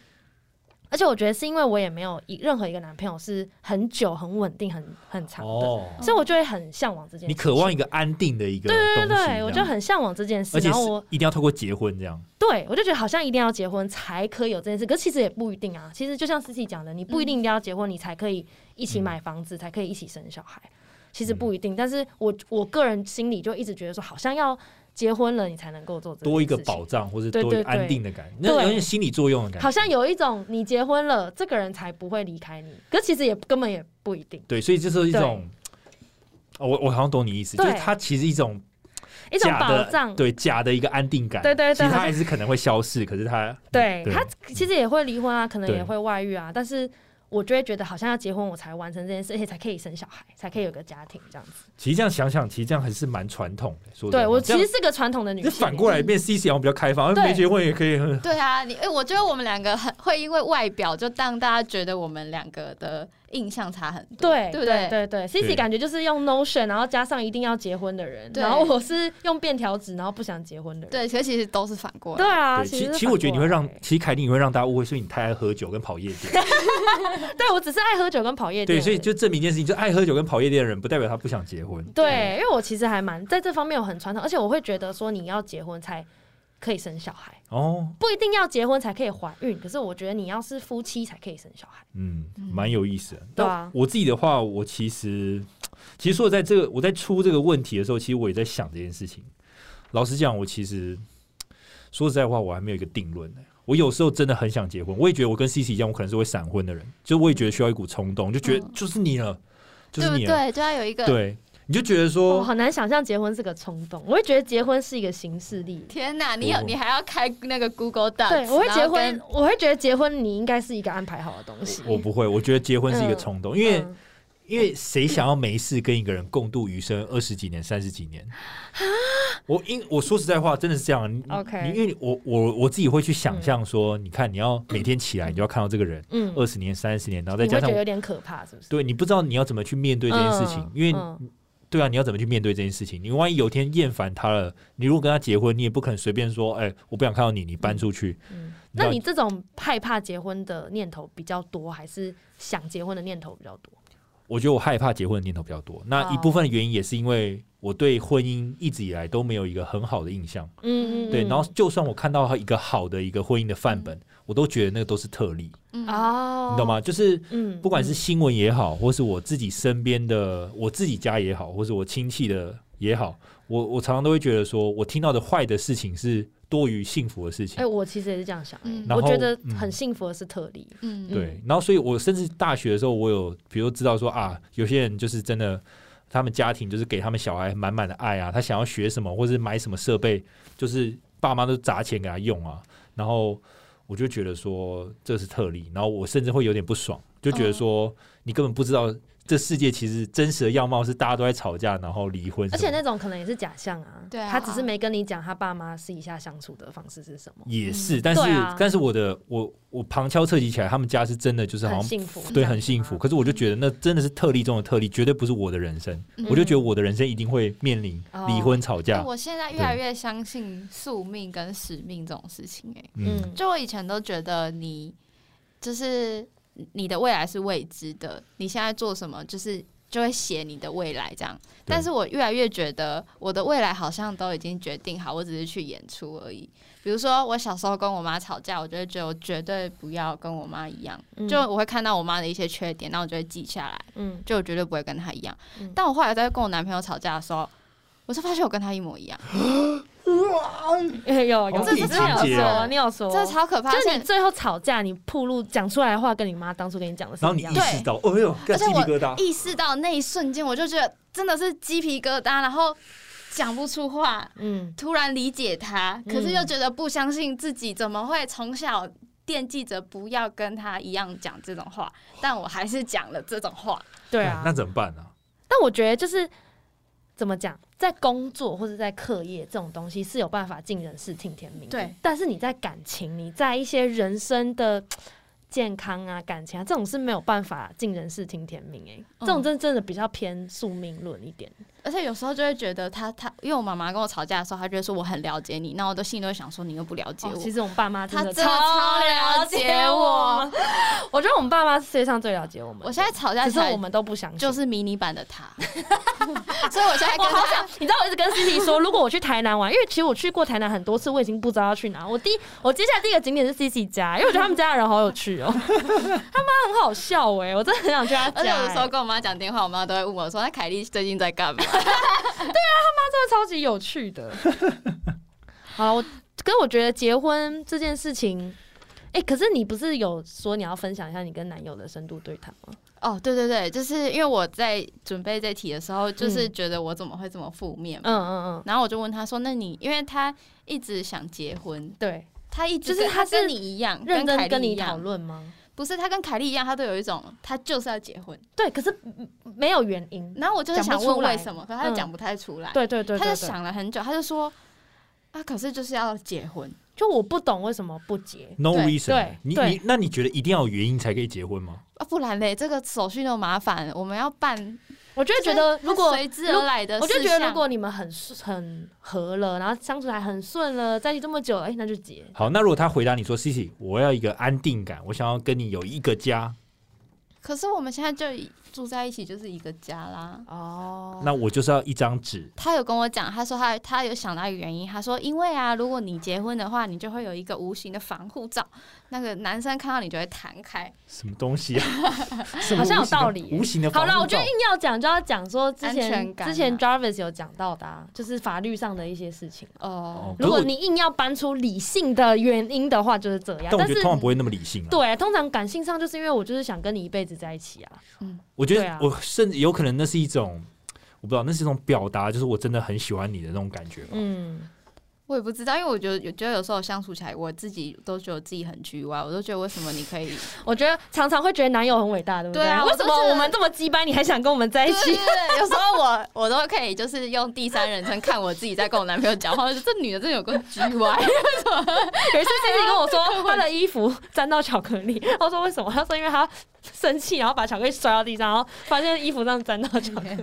Speaker 2: 而且我觉得是因为我也没有一任何一个男朋友是很久、很稳定、很很长的，
Speaker 3: 哦，
Speaker 2: 所以我就会很向往这件事情。
Speaker 3: 你渴望一个安定的一个
Speaker 2: 对
Speaker 3: 东
Speaker 2: 对
Speaker 3: 西这样，
Speaker 2: 对，我就很向往这件事，
Speaker 3: 而且
Speaker 2: 然
Speaker 3: 是
Speaker 2: 后我
Speaker 3: 一定要透过结婚这样，
Speaker 2: 对我就觉得好像一定要结婚才可以有这件事，可是其实也不一定啊。其实就像思琪讲的，你不一定一定要结婚，你才可以一起
Speaker 3: 嗯
Speaker 2: 买房子，才可以一起生小孩，其实不一定。但是我我个人心里就一直觉得说，好像要结婚了，你才能够做这件
Speaker 3: 多一个
Speaker 2: 事情
Speaker 3: 保障或是
Speaker 2: 对
Speaker 3: 多一
Speaker 2: 对
Speaker 3: 个
Speaker 2: 对
Speaker 3: 安定的感觉，那有点心理作用的感觉。
Speaker 2: 好像有一种你结婚了，这个人才不会离开你，可其实也根本也不一定，
Speaker 3: 对，所以这是一种，哦我我好像懂你意思，就
Speaker 2: 对
Speaker 3: 是它其实一种
Speaker 2: 一种
Speaker 3: 假
Speaker 2: 保
Speaker 3: 的
Speaker 2: 障。
Speaker 3: 对假的一个安定感，
Speaker 2: 对对对
Speaker 3: 其实
Speaker 2: 好
Speaker 3: 它
Speaker 2: 像
Speaker 3: 还是可能会消逝，可是它
Speaker 2: 对
Speaker 3: 对
Speaker 2: 他其实也会离婚啊，可能
Speaker 3: 对
Speaker 2: 也会外遇啊，但是我就会觉得好像要结婚我才完成这件事，而且才可以生小孩，才可以有个家庭这样子。
Speaker 3: 其实这样想想，其实这样还是蛮传统的。说实
Speaker 2: 对
Speaker 3: 话
Speaker 2: 我
Speaker 3: 这
Speaker 2: 其
Speaker 3: 样
Speaker 2: 实是个传统的女
Speaker 3: 这
Speaker 2: 性，
Speaker 3: 反过来变 C C 好像比较开放，
Speaker 2: 对
Speaker 3: 没结婚也可以很。
Speaker 1: 对啊，你哎、我觉得我们两个很会因为外表就让大家觉得我们两个的印象差很多，对
Speaker 2: 对对
Speaker 1: 不
Speaker 2: 对
Speaker 1: 对？
Speaker 2: 对对
Speaker 3: 对
Speaker 2: ，Cici 感觉就是用 Notion，然后加上一定要结婚的人，
Speaker 1: 对
Speaker 2: 然后我是用便条纸，然后不想结婚的人。
Speaker 1: 对，所以其实都是反过来
Speaker 2: 对。啊，
Speaker 3: 对，其
Speaker 2: 实是
Speaker 3: 实其实我觉得你会让
Speaker 2: 反过，来
Speaker 3: 其实凯蒂你会让大家误会，是你太爱喝酒跟跑夜 店。
Speaker 2: 对我只是爱喝酒跟跑夜店而
Speaker 3: 对，
Speaker 2: 已。
Speaker 3: 所以就证明一件事情，就爱喝酒跟跑夜店的人，不代表他不想结婚。
Speaker 2: 对，因为我其实还蛮在这方面我很传统，而且我会觉得说你要结婚才可以生小孩，
Speaker 3: 哦，
Speaker 2: 不一定要结婚才可以怀孕。可是我觉得你要是夫妻才可以生小孩。
Speaker 3: 嗯，蛮有意思的。
Speaker 2: 对啊
Speaker 3: 但我自己的话，我其实其实说在这个我在出这个问题的时候，其实我也在想这件事情。老实讲，我其实说实在话，我还没有一个定论呢。我有时候真的很想结婚，我也觉得我跟 C C 一样，我可能是会闪婚的人，就我也觉得需要一股冲动，就觉得
Speaker 1: 嗯
Speaker 3: 就是你了，就是
Speaker 1: 不
Speaker 3: 你了，
Speaker 1: 对？就要有一个
Speaker 3: 对，你就觉得
Speaker 2: 我、
Speaker 3: 说
Speaker 2: 很哦难想象结婚是个冲动，我会觉得结婚是一个形式力。
Speaker 1: 天哪，你有
Speaker 3: 我
Speaker 1: 你还要开那个 Google Docs，
Speaker 2: 对，我会
Speaker 1: 然后
Speaker 2: 结
Speaker 1: 跟
Speaker 2: 婚，我会觉得结婚你应该是一个安排好的东西。
Speaker 3: 我不会，我觉得结婚是一个
Speaker 2: 嗯
Speaker 3: 冲动，因为
Speaker 2: 嗯
Speaker 3: 因为谁想要没事跟一个人共度余生二十几年、三十几年？我因我说实在话，真的是这样。你
Speaker 2: OK
Speaker 3: 你因为我我我自己会去想象说，你看你要每天起来，你就要看到这个人
Speaker 2: 嗯，
Speaker 3: 二十年、三十年，然后呃再
Speaker 2: 你会
Speaker 3: 加
Speaker 2: 觉
Speaker 3: 上
Speaker 2: 得有点可怕，是不是？
Speaker 3: 对你不知道你要怎么去面对这件事情
Speaker 2: 嗯，
Speaker 3: 因为
Speaker 2: 嗯
Speaker 3: 对啊，你要怎么去面对这件事情？你万一有一天厌烦他了，你如果跟他结婚，你也不可能随便说，哎，我不想看到你，你搬出去。
Speaker 2: 嗯
Speaker 3: 你知道
Speaker 2: 那你这种害怕结婚的念头比较多，还是想结婚的念头比较多？
Speaker 3: 我觉得我害怕结婚的念头比较多。
Speaker 2: 哦
Speaker 3: 那一部分的原因也是因为我对婚姻一直以来都没有一个很好的印象。
Speaker 2: 嗯
Speaker 3: 对，然后就算我看到一个好的一个婚姻的范本，我都觉得那个都是特例，
Speaker 1: 嗯
Speaker 2: 哦，
Speaker 3: 你懂？吗？就是
Speaker 2: 嗯
Speaker 3: 不管是新闻也好，或是我自己身边的我自己家也好，或是我亲戚的也好，我我常常都会觉得说，我听到的坏的事情是多于幸福的事情。
Speaker 2: 哎，我其实也是这样想，
Speaker 1: 嗯
Speaker 2: 哎，
Speaker 3: 然
Speaker 2: 我
Speaker 3: 后
Speaker 2: 觉得
Speaker 3: 嗯
Speaker 2: 很幸福的是特例，
Speaker 1: 嗯，
Speaker 3: 对，然后所以我甚至大学的时候，我有比如知道说啊，有些人就是真的，他们家庭就是给他们小孩满满的爱啊，他想要学什么或是买什么设备，就是爸妈都砸钱给他用啊，然后我就觉得说这是特例，然后我甚至会有点不爽，就觉得说你根本不知道这世界其实真实的样貌是大家都在吵架，然后离婚什
Speaker 2: 而
Speaker 3: 么的，
Speaker 2: 且那种可能也是假象啊，
Speaker 1: 对啊
Speaker 2: 他只是没跟你讲他爸妈私底下相处的方式是什么，
Speaker 3: 也
Speaker 1: 嗯
Speaker 3: 是，但是、
Speaker 2: 对啊
Speaker 3: 但是我的我我旁敲侧击起来，他们家是真的就是好
Speaker 2: 很
Speaker 3: 像
Speaker 2: 幸福，
Speaker 3: 对，很幸福。可是我就觉
Speaker 2: 嗯
Speaker 3: 得那真的是特例中的特例，绝对不是我的人生。我就觉得我的人生一定会面临
Speaker 2: 哦
Speaker 3: 离婚、吵架。
Speaker 1: 我现在越来越相信宿命跟使命这种事情、欸，
Speaker 3: 嗯，
Speaker 1: 就我以前都觉得你就是你的未来是未知的，你现在做什么就是就会写你的未来这样。但是我越来越觉得我的未来好像都已经决定好，我只是去演出而已。比如说我小时候跟我妈吵架，我就会觉得我绝对不要跟我妈一样，
Speaker 2: 嗯
Speaker 1: 就我会看到我妈的一些缺点，那我就会记下来，
Speaker 2: 嗯，
Speaker 1: 就我绝对不会跟她一样。
Speaker 2: 嗯
Speaker 1: 但我后来在跟我男朋友吵架的时候，我就发现我跟她一模一样，
Speaker 2: 嗯 有有，
Speaker 3: 好
Speaker 2: 这
Speaker 1: 底
Speaker 2: 之前
Speaker 1: 情节
Speaker 2: 有
Speaker 1: 哦
Speaker 2: 说，你有说，
Speaker 1: 这超可怕。而
Speaker 2: 就
Speaker 1: 且
Speaker 2: 是你最后吵架，你铺路讲出来的话，跟你妈当初跟你讲的是
Speaker 3: 然后
Speaker 2: 一
Speaker 3: 你
Speaker 2: 样
Speaker 3: 意
Speaker 2: 的。
Speaker 1: 对
Speaker 3: 识到，哦呦，
Speaker 1: 而
Speaker 3: 干
Speaker 1: 且
Speaker 3: 鸡
Speaker 1: 我
Speaker 3: 皮疙瘩。
Speaker 1: 意识到那一瞬间，我就觉得真的是鸡皮疙瘩，然后讲不出话，
Speaker 2: 嗯，
Speaker 1: 突然理解他，
Speaker 2: 嗯
Speaker 1: 可是又觉得不相信自己，怎么会从小惦记着不要跟他一样讲这种话？但我还是讲了这种话。
Speaker 2: 对啊
Speaker 3: 哎那。怎么办呢、
Speaker 2: 但我觉得就是怎么讲，在工作或者在课业这种东西是有办法尽人事听天命的。
Speaker 1: 对，
Speaker 2: 但是你在感情，你在一些人生的健康啊、感情啊这种是没有办法尽人事听天命哎、这种真真的比较偏宿命论一点。
Speaker 1: 而且有时候就会觉得他他，因为我妈妈跟我吵架的时候，她就会说我很了解你，那我的心里都会想说你又不了解
Speaker 2: 哦
Speaker 1: 我。
Speaker 2: 其实我们爸妈真
Speaker 1: 他
Speaker 2: 的
Speaker 1: 真的超了
Speaker 2: 了
Speaker 1: 解
Speaker 2: 解
Speaker 1: 我
Speaker 2: 我，我觉得我们爸妈是世界上最了解我们的。
Speaker 1: 我现在吵架
Speaker 2: 只
Speaker 1: 起
Speaker 2: 是
Speaker 1: 来
Speaker 2: 我们都不相信，
Speaker 1: 就是迷你版的 他，所以我现在
Speaker 2: 我
Speaker 1: 跟
Speaker 2: 好
Speaker 1: 他
Speaker 2: 想，你知道我一直跟 C C 说，如果我去台南玩，因为其实我去过台南很多次，我已经不知道要去哪。我第一，我接下来第一个景点是 C C 家，因为我觉得他们家的人好有趣哦、 他妈很好笑哎、我真的很想去他家、
Speaker 1: 而且有时候
Speaker 2: 欸，
Speaker 1: 跟我妈讲电话，我妈都会问我说：“那凯莉最近在干嘛
Speaker 2: 真的超级有趣的。好了，我跟我觉得结婚这件事情，哎、可是你不是有说你要分享一下你跟男友的深度对谈吗？？”
Speaker 1: 哦，对对对，就是因为我在准备这题的时候，就是觉得我怎么会这么负面嘛
Speaker 2: 嗯嗯嗯，
Speaker 1: 然后我就问他说：“那你因为他一直想结婚，
Speaker 2: 对，
Speaker 1: 他一直
Speaker 2: 就是
Speaker 1: 跟
Speaker 2: 他
Speaker 1: 他跟
Speaker 2: 是
Speaker 1: 你一样，
Speaker 2: 认
Speaker 1: 凯莉
Speaker 2: 真跟
Speaker 1: 一
Speaker 2: 你
Speaker 1: 样
Speaker 2: 讨，论吗？
Speaker 1: 不是他跟凯莉一样，他都有一种他就是要结婚。
Speaker 2: 对，可是嗯没有原因。
Speaker 1: 然后我就是
Speaker 2: 讲
Speaker 1: 想
Speaker 2: 不
Speaker 1: 问
Speaker 2: 出来
Speaker 1: 为什么，可是他又
Speaker 2: 嗯
Speaker 1: 讲不太出来，
Speaker 2: 对对对对
Speaker 1: 他就
Speaker 2: 对
Speaker 1: 想了很久，他就说：啊，可是就是要结婚。
Speaker 2: 就我不懂为什么不结。
Speaker 3: n o
Speaker 1: 对
Speaker 3: reason
Speaker 2: 对。
Speaker 3: 你
Speaker 2: 对
Speaker 3: 你那你觉得一定要有原因才可以结婚吗？
Speaker 1: 啊，不然嘞，这个手续那么麻烦，我们要办，
Speaker 2: 我就
Speaker 1: 就
Speaker 2: 会觉得，
Speaker 1: 是
Speaker 2: 如果
Speaker 1: 随之而来的
Speaker 2: 我
Speaker 1: 事项，
Speaker 2: 就觉得，如果你们很顺很合了，然后相处还很顺了，在一起这么久，哎、那就结。
Speaker 3: 好，那如果他回答你说 c c 我要一个安定感，我想要跟你有一个家，
Speaker 1: 可是我们现在就住在一起，就是一个家啦。
Speaker 2: 哦
Speaker 3: 那我就是要一张纸。
Speaker 1: 他有跟我讲，他说他他有想到一个原因，他说因为啊，如果你结婚的话，你就会有一个无形的防护罩，那个男生看到你就会弹开。
Speaker 3: 什么 东西啊？什么
Speaker 2: 好像有
Speaker 3: 无形的
Speaker 2: 道理耶
Speaker 3: 无形的
Speaker 2: 好
Speaker 3: 防
Speaker 2: 了，
Speaker 3: 护
Speaker 2: 我觉得
Speaker 3: 罩
Speaker 2: 硬要讲就要讲说之
Speaker 1: 安全
Speaker 2: 前
Speaker 1: 感啊
Speaker 2: 之前 Jarvis 有讲到的、啊，就是法律上的一些事情。
Speaker 1: 哦
Speaker 3: 哦，可是
Speaker 2: 如果
Speaker 3: 我
Speaker 2: 你硬要搬出理性的原因的话，就是这样。
Speaker 3: 但我觉
Speaker 2: 是
Speaker 3: 得通常不会那么理性啊。
Speaker 2: 对，通常感性上就是因为我就是想跟你一辈子在一起啊。
Speaker 3: 我觉
Speaker 2: 对
Speaker 3: 得
Speaker 2: 啊
Speaker 3: 我甚至有可能那是一种，我不知道那是一种表达，就是我真的很喜欢你的那种感觉吧。
Speaker 2: 嗯，
Speaker 1: 我也不知道，因为我觉得有觉得有时候相处起来，我自己都觉得自己很局外，我都觉得为什么你可以
Speaker 2: 我觉得常常会觉得男友很伟大，对不
Speaker 1: 对啊我
Speaker 2: 为
Speaker 1: 都
Speaker 2: 什
Speaker 1: 觉
Speaker 2: 么
Speaker 1: 得
Speaker 2: 我们这么鸡掰，你还想跟我们在一
Speaker 1: 对
Speaker 2: 起？
Speaker 1: 对对，有时候我 我都可以就是用第三人称看我自己在跟我男朋友讲话，我就说这女的真的有个 G Y，
Speaker 2: 有一次 C C 跟我说，她的衣服沾到巧克力，我说为什么？她说因为她生气，然后把巧克力摔到地上，然后发现衣服上沾到巧克 力，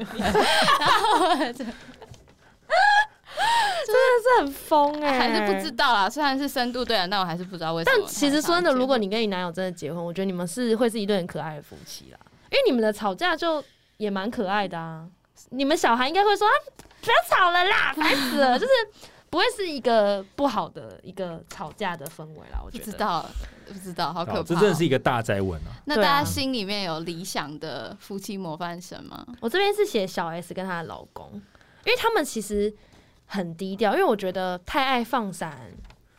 Speaker 2: 真的是很疯哎、
Speaker 1: 还是不知。道啦。虽然是深度对啊了，但我还是不知道为什么他
Speaker 2: 但
Speaker 1: 会想要结婚。
Speaker 2: 其实说真的，如果你跟你男友真的结婚，我觉得你们是会是一对很可爱的夫妻啦，因为你们的吵架就也蛮可爱的啊。你们小孩应该会说、啊、不要吵了啦，烦死了，就是不会是一个不好的一个吵架的氛围啦。我
Speaker 1: 不
Speaker 2: 觉
Speaker 1: 知
Speaker 2: 得
Speaker 1: 道，不知道，
Speaker 2: 嗯
Speaker 1: 好可怕、
Speaker 3: 哦
Speaker 1: 哦
Speaker 3: 这
Speaker 2: 哦
Speaker 3: 真的是。一个大灾问啊！
Speaker 1: 那大
Speaker 2: 对啊
Speaker 1: 家心里面有理想的夫妻模范生吗？
Speaker 2: 我这边是写小 S 跟她的老公，因为他们其实很低调，因为我觉得太爱放闪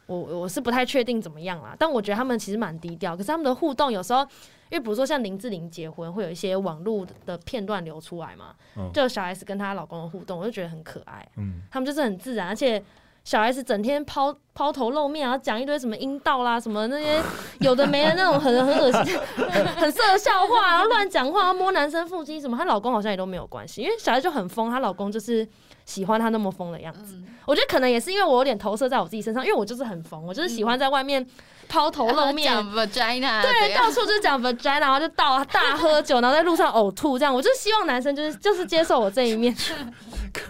Speaker 2: 我我是不太确定怎么样啦，但我觉得他们其实蛮低调，可是他们的互动有时候，因为比如说像林志玲结婚，会有一些网络的片段流出来嘛，
Speaker 3: 嗯
Speaker 2: 就有小 S 跟她老公的互动，我就觉得很可爱，
Speaker 3: 嗯，
Speaker 2: 他们就是很自然，而且。小 S 整天抛抛头露面，然后讲一堆什么阴道啦，什么那些有的没的那种很很恶心、 很很色的笑话，然后乱讲话，摸男生腹肌什么，她老公好像也都没有关系，因为小 S 就很疯，她老公就是喜欢她那么疯的样子。
Speaker 1: 嗯，
Speaker 2: 我觉得可能也是因为我有点投射在我自己身上，因为我就是很疯，我就是喜欢在外面抛头露面，
Speaker 1: 讲 vagina，
Speaker 2: 对，
Speaker 1: 啊怎样
Speaker 2: 到处就是讲 vagina，然后就到大喝酒，然后在路上呕吐，这样。我就希望男生就是就是接受我这一 面，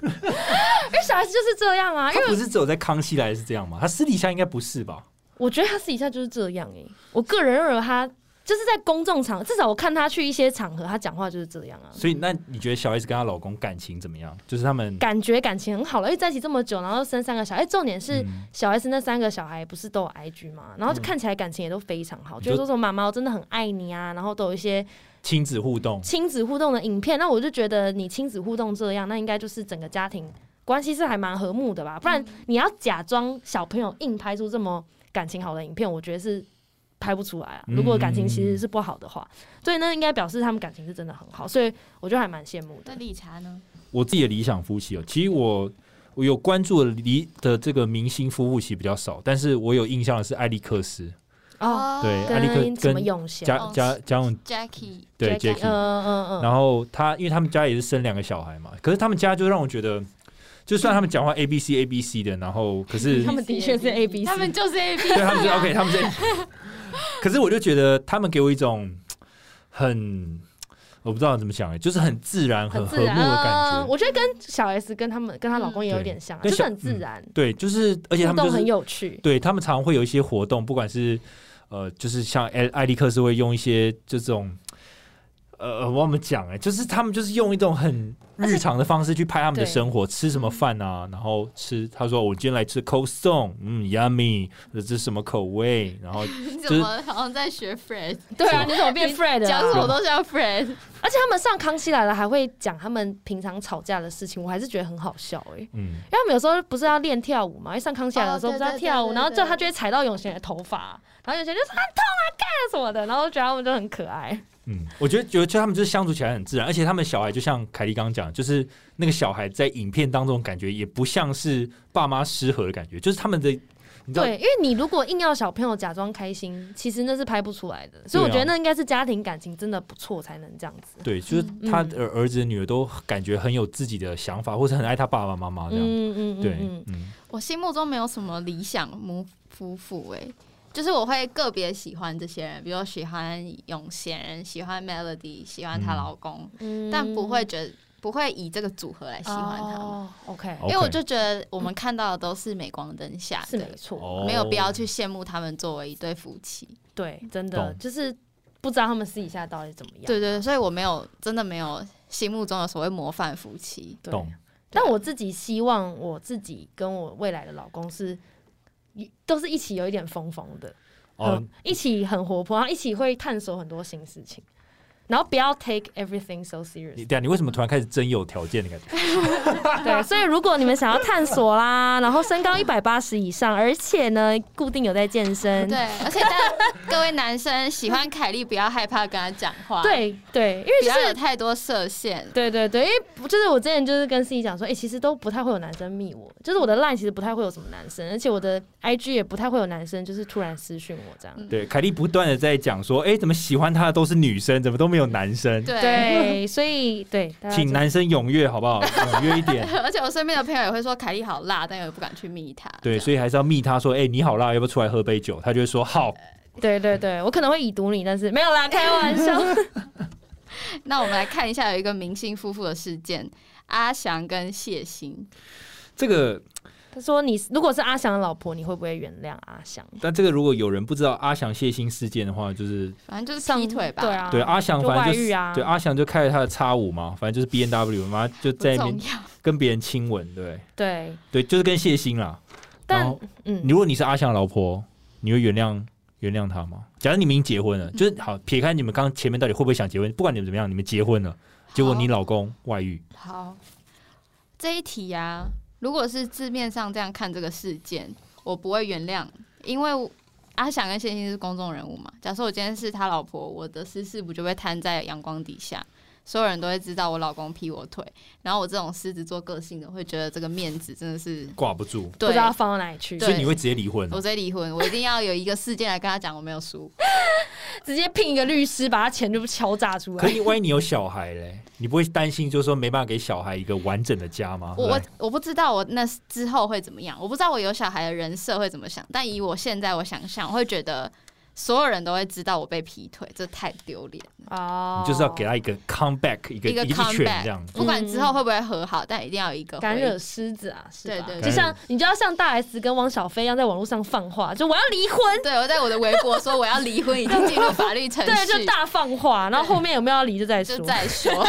Speaker 2: 因为小孩子就是这样啊。因
Speaker 3: 他
Speaker 2: 为
Speaker 3: 不是只有在康熙来是这样吗？他私底下应该不是吧？
Speaker 2: 我觉得他私底下就是这样诶、我个人认为他就是在公众场，至少我看他去一些场合，他讲话就是这样啊。
Speaker 3: 所以那你觉得小 S 跟她老公感情怎么样？就是他们
Speaker 2: 感觉感情很好了，因为在一起这么久，然后生三个小孩，哎重点是
Speaker 3: 嗯
Speaker 2: 小 S 那三个小孩不是都有 IG 嘛，然后
Speaker 1: 嗯
Speaker 2: 就看起来感情也都非常好，
Speaker 3: 你
Speaker 2: 就
Speaker 3: 就是
Speaker 2: 说什么妈妈我真的很爱你啊，然后都有一些
Speaker 3: 亲子互动，
Speaker 2: 亲子互动的影片，那我就觉得你亲子互动这样，那应该就是整个家庭关系是还蛮和睦的吧，不然你要假装小朋友硬拍出这么感情好的影片，我觉得是。拍不出来啊！
Speaker 3: 嗯
Speaker 2: 如果感情其实是不好的话，所以那应该表示他们感情是真的很好，所以我就还蛮羡慕
Speaker 1: 那。
Speaker 2: 的
Speaker 1: 理查呢？
Speaker 3: 我自己的理想夫妻哦，其实我我有关注的离的这个明星夫妇其实比较少，但是我有印象的是艾利克斯，
Speaker 2: 哦，
Speaker 3: 对艾利克
Speaker 2: 跟什么
Speaker 3: 跟
Speaker 2: 永贤
Speaker 3: 家家家用
Speaker 1: Jackie，
Speaker 3: 对
Speaker 2: Jackie，嗯
Speaker 3: Jackie，
Speaker 2: 嗯嗯，
Speaker 3: 然后他因为他们家也是生两个小孩嘛，可是他们家就让我觉得，就算他们讲话 A B C A B C 的，然后嗯可 是
Speaker 2: 他们的确是 A B C，
Speaker 1: 他们就是 A B，
Speaker 3: 对他们是 OK，他们是，可是我就觉得他们给我一种很我不知道怎么讲哎，就是很自然、很和睦的感
Speaker 2: 嗯
Speaker 3: 觉。
Speaker 2: 我觉得跟小 S 跟他们跟她老公也有点像啊，
Speaker 3: 对
Speaker 2: 就是很自然，
Speaker 3: 对，就是而且他
Speaker 2: 互
Speaker 3: 们
Speaker 2: 动
Speaker 3: 就
Speaker 2: 很
Speaker 3: 是
Speaker 2: 有趣。
Speaker 3: 对他们常常会有一些活动，不管是呃，就是像艾艾利克斯会用一些这种。呃，我忘了讲哎、就是他们就是用一种很日常的方式去拍他们的
Speaker 2: 对
Speaker 3: 生活，吃什么饭啊，然后吃，他说我今天来吃 cold stone，嗯，yummy，这是什么口味？然后
Speaker 1: 你
Speaker 3: 就
Speaker 1: 怎
Speaker 3: 是
Speaker 1: 么好像在学 Fred？
Speaker 2: 对啊，你怎么变
Speaker 1: 你
Speaker 2: Fred
Speaker 1: 讲什
Speaker 2: 啊？
Speaker 1: 么都像 Fred，
Speaker 2: 而且他们上《康熙来了》还会讲他们平常吵架的事情，我还是觉得很好笑哎、
Speaker 3: 嗯，
Speaker 2: 因为他们有时候不是要练跳舞嘛，因为上《康熙来了》的时
Speaker 1: 哦
Speaker 2: 候不
Speaker 1: 对
Speaker 2: 是要跳舞，
Speaker 1: 对对对
Speaker 2: 然后就
Speaker 1: 对
Speaker 2: 他就会踩到永贤的头发，然后永贤就说很痛啊，干什么的，然后觉得他们就很可爱。
Speaker 3: 嗯，我觉得觉得就他们就是相处起来很自然，而且他们小孩就像凯莉刚刚讲，就是那个小孩在影片当中感觉也不像是爸妈失和的感觉，就是他们的，你知道，
Speaker 2: 对，因为你如果硬要小朋友假装开心，其实那是拍不出来的，所以
Speaker 3: 对啊
Speaker 2: 我觉得那应该是家庭感情真的不错才能这样子。
Speaker 3: 对，就是他
Speaker 2: 嗯
Speaker 3: 的儿子女儿都感觉很有自己的想法，或者很爱他爸爸妈妈这样，
Speaker 2: 嗯嗯嗯
Speaker 3: 对，
Speaker 2: 嗯，
Speaker 3: 嗯，
Speaker 1: 我心目中没有什么理想母夫妇哎、就是我会个别喜欢这些人，比如喜欢永贤，喜欢 Melody，喜欢她
Speaker 3: 嗯
Speaker 1: 老公，
Speaker 2: 嗯
Speaker 1: 但不会觉得不会以这个组合来喜欢他们，
Speaker 2: 哦 OK，
Speaker 3: 哦
Speaker 1: 因为我
Speaker 3: OK
Speaker 1: 就觉得我们看到的都是镁光灯下
Speaker 2: 是
Speaker 1: 的
Speaker 2: 没，错，
Speaker 3: 哦
Speaker 1: 没有必要去羡慕他们作为一对夫妻。
Speaker 2: 对，真的
Speaker 3: 懂
Speaker 2: 就是不知道他们私底下到底怎么样。
Speaker 1: 对对，对所以我没有真的没有心目中的所谓模范夫妻。
Speaker 2: 对
Speaker 3: 懂。
Speaker 2: 但我自己希望我自己跟我未来的老公是。都是一起有一点疯疯的，
Speaker 3: 哦
Speaker 2: 嗯，一起很活泼，然后一起会探索很多新事情，然后不要 take everything so
Speaker 3: 你
Speaker 2: serious。
Speaker 3: 对啊，你为什么突然开始真有条件的感
Speaker 2: 嗯
Speaker 3: 觉？
Speaker 2: 对，所以如果你们想要探索啦，然后身高一百八十以上，而且呢固定有在健身，
Speaker 1: 对，而且但各位男生喜欢凯莉，不要害怕跟她讲话，，
Speaker 2: 对对，因为
Speaker 1: 不
Speaker 2: 就
Speaker 1: 要
Speaker 2: 是
Speaker 1: 有太多设限。
Speaker 2: 对对对，因为就是我之前就是跟司仪讲说，哎、其实都不太会有男生密我，就是我的 line 其实不太会有什么男生，而且我的 IG 也不太会有男生就是突然私讯我这样。
Speaker 1: 嗯
Speaker 3: 对，凯莉不断的在讲说，哎，怎么喜欢他的都是女生，怎么都没有男生？
Speaker 1: 对，
Speaker 2: 对，啊所以对，大家
Speaker 3: 请
Speaker 2: 就
Speaker 3: 男生踊跃好 不好？踊跃一 点。
Speaker 1: 而且我身边的朋友也会说凯莉好辣，但又不敢去密她。
Speaker 3: 对，
Speaker 1: 这样
Speaker 3: 所以还是要密他说，哎、你好辣，要不要出来喝杯酒？他就会说好。
Speaker 2: 对对对，我可能会已读你，但是没有啦，开玩 笑。
Speaker 1: 那我们来看一下有一个明星夫妇的事件，阿翔跟谢欣。
Speaker 3: 这个
Speaker 2: 他说你如果是阿翔的老婆，你会不会原谅阿翔？
Speaker 3: 但这个如果有人不知道阿翔谢欣事件的话，就是
Speaker 1: 反正 就是劈腿吧，
Speaker 2: 对，啊，
Speaker 3: 对阿翔
Speaker 2: 就
Speaker 3: 反正
Speaker 2: 外
Speaker 3: 就
Speaker 2: 遇
Speaker 3: 是
Speaker 2: 啊
Speaker 3: 对阿翔就开了他的叉五嘛，反正就是 B N W 嘛，就
Speaker 1: 不
Speaker 3: 在那
Speaker 1: 重
Speaker 3: 边
Speaker 1: 要。
Speaker 3: 跟别人亲吻，对
Speaker 2: 对，
Speaker 3: 对，就是跟谢欣啦。然
Speaker 2: 但
Speaker 3: 后
Speaker 2: 嗯，
Speaker 3: 如果你是阿翔的老婆，你会原谅原谅他吗？假如你们已经结婚
Speaker 1: 嗯
Speaker 3: 了，就是好撇开你们刚前面到底会不会想结婚，不管你们怎么样，你们结
Speaker 1: 哦
Speaker 3: 婚了，结果你老公外遇，
Speaker 1: 好，这一题啊，如果是字面上这样看这个事件，我不会原谅因为阿翔跟谢欣是公众人物嘛。假设我今天是他老婆，我的私事不就被摊在阳光底下，所有人都会知道我老公劈我腿。然后我这种狮子座个性的，会觉得这个面子真的是
Speaker 3: 挂不住，
Speaker 2: 不
Speaker 1: 对
Speaker 2: 知。道放到哪里去，
Speaker 1: 对
Speaker 3: 所以你会直接离婚
Speaker 1: 我
Speaker 3: 哦。
Speaker 1: 直接离婚，我一定要有一个事件来跟他讲我没有输。
Speaker 2: 直接聘一个律师把他钱就敲诈出
Speaker 3: 可
Speaker 2: 来。
Speaker 3: 是万一你有小孩嘞，你不会担心就是说没办法给小孩一个完整的家吗？
Speaker 1: 我
Speaker 3: 对不
Speaker 1: 我
Speaker 3: 对
Speaker 1: 我不知道我那之后会怎么样，我不知道我有小孩的人设会怎么想，但以我现在我想象，我会觉得所有人都会知道我被劈腿，这太丢脸了。
Speaker 2: 哦
Speaker 3: 你就是要给他一个 comeback，一个
Speaker 1: 一个
Speaker 3: 一拳
Speaker 1: comeback
Speaker 3: 这样子。
Speaker 1: 不管之后会不会和好，但一定要有一个回
Speaker 2: 敢惹狮子啊，是吧？
Speaker 1: 对对
Speaker 3: 对
Speaker 2: 就像你就要像大 S 跟汪小菲一样，在网络上放话，就我要离婚，
Speaker 1: 对，我在我的微博说我要离婚，已经进入法律程序，
Speaker 2: 对，就大放话，然后后面有没有要离就再说
Speaker 1: 就。再说。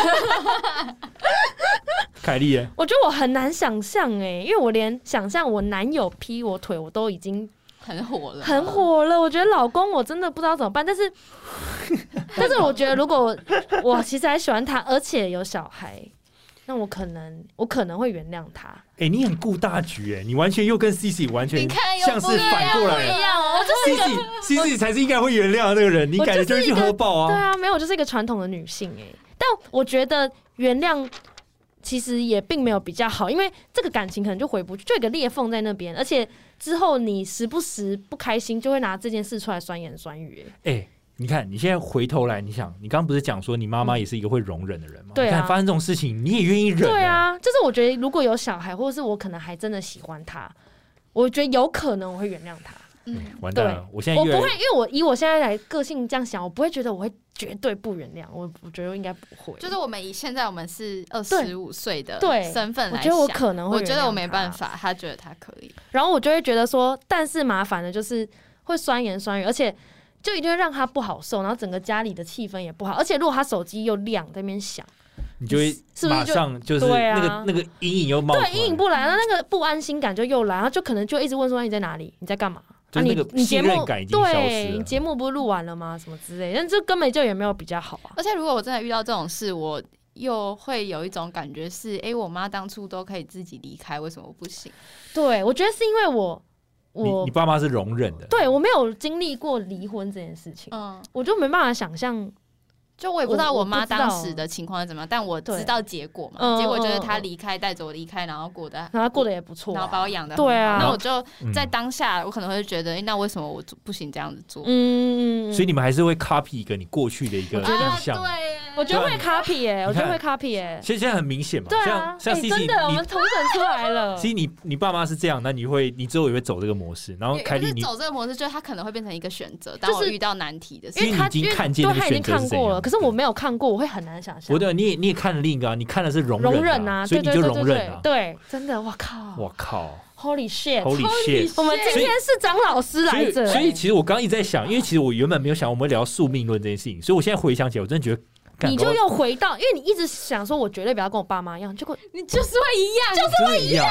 Speaker 3: 凯莉耶，
Speaker 2: 我觉得我很难想象哎、因为我连想象我男友劈我腿，我都已经
Speaker 1: 很火了，
Speaker 2: 很。火了。我觉得老公我真的不知道怎么办，但是，但是我觉得如果我我其实还喜欢他，而且有小孩，那我可能我可能会原谅他。
Speaker 3: 哎，你很顾大局哎，你完全又跟 C C 完
Speaker 1: 你
Speaker 3: 全
Speaker 1: 看又
Speaker 3: 像
Speaker 1: 不
Speaker 3: 是
Speaker 1: 一
Speaker 3: 反
Speaker 1: 样，
Speaker 3: 过
Speaker 1: 不
Speaker 3: 来
Speaker 1: 一样哦，这
Speaker 3: C C C C 才是应该会原谅的那个人，你
Speaker 2: 我
Speaker 3: 感觉
Speaker 2: 就是
Speaker 3: 会去
Speaker 2: 一个
Speaker 3: 喝爆
Speaker 2: 对
Speaker 3: 啊。
Speaker 2: 啊，没有，我就是一个传统的女性哎、但我觉得原谅其实也并没有比较好，因为这个感情可能就回不去，就有一个裂缝在那边，而且之后你时不时不开心，就会拿这件事出来酸言酸语、欸。
Speaker 3: 哎、你看，你现在回头来，你想，你刚刚不是讲说你妈妈也是一个会容忍的人吗？
Speaker 2: 对啊
Speaker 3: 你看发生这种事情，你也愿意忍、
Speaker 2: 对，啊，就是我觉得如果有小孩，或者是我可能还真的喜欢他，我觉得有可能我会原谅他。
Speaker 1: 嗯，
Speaker 3: 哎完蛋了，我现在
Speaker 2: 我
Speaker 3: 越
Speaker 2: 不
Speaker 3: 来
Speaker 2: 会，因为我以我现在来个性这样想，我不会觉得我会绝对不原谅，我我觉得我应该不会。
Speaker 1: 就是我们以现在我们是二
Speaker 2: 对
Speaker 1: 十五岁的
Speaker 2: 对
Speaker 1: 身份
Speaker 2: 我
Speaker 1: 来
Speaker 2: 觉
Speaker 1: 想啊
Speaker 2: 得，我可能会，
Speaker 1: 我觉得我没办。法，他觉得他可以，
Speaker 2: 然后我就会觉得说，但是麻烦的就是会酸言酸语，而且就一定会让他不好受，然后整个家里的气氛也不好。而且如果他手机又亮在那边响，
Speaker 3: 你就会
Speaker 2: 是不
Speaker 3: 马
Speaker 2: 是就
Speaker 3: 上就是
Speaker 2: 对
Speaker 3: 那
Speaker 2: 啊
Speaker 3: 个、那个阴影又冒出来，
Speaker 2: 对阴影不来，那那个不安心感就又来，然后就可能就一直问说哎你在哪里，你在干嘛？
Speaker 3: 就
Speaker 2: 啊
Speaker 3: 是
Speaker 2: 你
Speaker 3: 那个
Speaker 2: 你节
Speaker 3: 信任
Speaker 2: 目
Speaker 3: 感已经消失
Speaker 2: 对，
Speaker 3: 了
Speaker 2: 你节目不是录完了吗？什么之类，但这根本就也没有比较好啊。
Speaker 1: 而且如果我真的遇到这种事，我。又会有一种感觉是，哎、我妈当初都可以自己离开，为什么不行？
Speaker 2: 对，我觉得是因为我
Speaker 3: 你
Speaker 2: 我
Speaker 3: 你爸妈是容忍的，
Speaker 2: 对我没有经历过离婚这件事情，
Speaker 1: 嗯，
Speaker 2: 我就没办法想象
Speaker 1: 就我也不知道
Speaker 2: 我
Speaker 1: 我
Speaker 2: 我不
Speaker 1: 妈
Speaker 2: 知道
Speaker 1: 当时的情况是怎么样，但我知道结果嘛。
Speaker 2: 对
Speaker 1: 结果就是她
Speaker 2: 嗯嗯嗯
Speaker 1: 离开，带着我离嗯开，然后过得，
Speaker 2: 然后过得也不错、
Speaker 1: 然后把我养的
Speaker 2: 对啊
Speaker 1: 那我就
Speaker 3: 嗯
Speaker 1: 在当下，我可能会觉得，诶那为什么我做不行这样子做？嗯
Speaker 2: 嗯，嗯嗯嗯
Speaker 3: 所以你们还是会 copy 一个你过去的一个
Speaker 2: 我觉得
Speaker 3: 印象。
Speaker 1: 对耶，
Speaker 3: 啊
Speaker 2: 我觉得会 copy 哎、我觉得会 copy 哎、
Speaker 3: 其实现在很明显嘛，
Speaker 2: 对啊
Speaker 3: 像，像
Speaker 2: 哎
Speaker 3: C
Speaker 2: 真
Speaker 3: C，、
Speaker 2: 的，我们
Speaker 3: 你
Speaker 2: 同整出来了。
Speaker 3: C 你你爸妈是这样，那你会你之后也会走这个模式，然后
Speaker 1: 也
Speaker 3: 凯
Speaker 1: 不
Speaker 3: 莉
Speaker 1: 是
Speaker 3: 你
Speaker 1: 走这个模式，就是它可能会变成一个选择。
Speaker 2: 是
Speaker 1: 当我遇到难题的时
Speaker 3: 因为
Speaker 1: 候，
Speaker 3: 你已经看见
Speaker 2: 对
Speaker 3: 那个
Speaker 2: 他已经
Speaker 3: 选择
Speaker 2: 看
Speaker 3: 是怎
Speaker 2: 过
Speaker 3: 样
Speaker 2: 了，可是我没有看过，我会很难想象。
Speaker 3: 不对，你也你也看了另一个啊，你看的是容忍,、啊、
Speaker 2: 容忍啊，
Speaker 3: 所以
Speaker 2: 对
Speaker 3: 你
Speaker 2: 对
Speaker 3: 就
Speaker 2: 对
Speaker 3: 容
Speaker 2: 对对
Speaker 3: 忍啊，。
Speaker 2: 对，真的，我靠
Speaker 3: 我靠
Speaker 2: ，Holy shit！
Speaker 3: ，Holy shit！
Speaker 2: 我们今天是张老师来
Speaker 3: 所
Speaker 2: 哎
Speaker 3: 以，
Speaker 2: 着，
Speaker 3: 所以其实我刚刚一直在想，因为其实我原本没有想我们会聊宿命论这件事情，所以我现在回想起来，我真的觉得，干
Speaker 2: 你就
Speaker 3: 搞
Speaker 2: 又回到，因为你一直想说，我绝对不要跟我爸妈一样，结果
Speaker 1: 你就是会一样，
Speaker 3: 不好真的一样。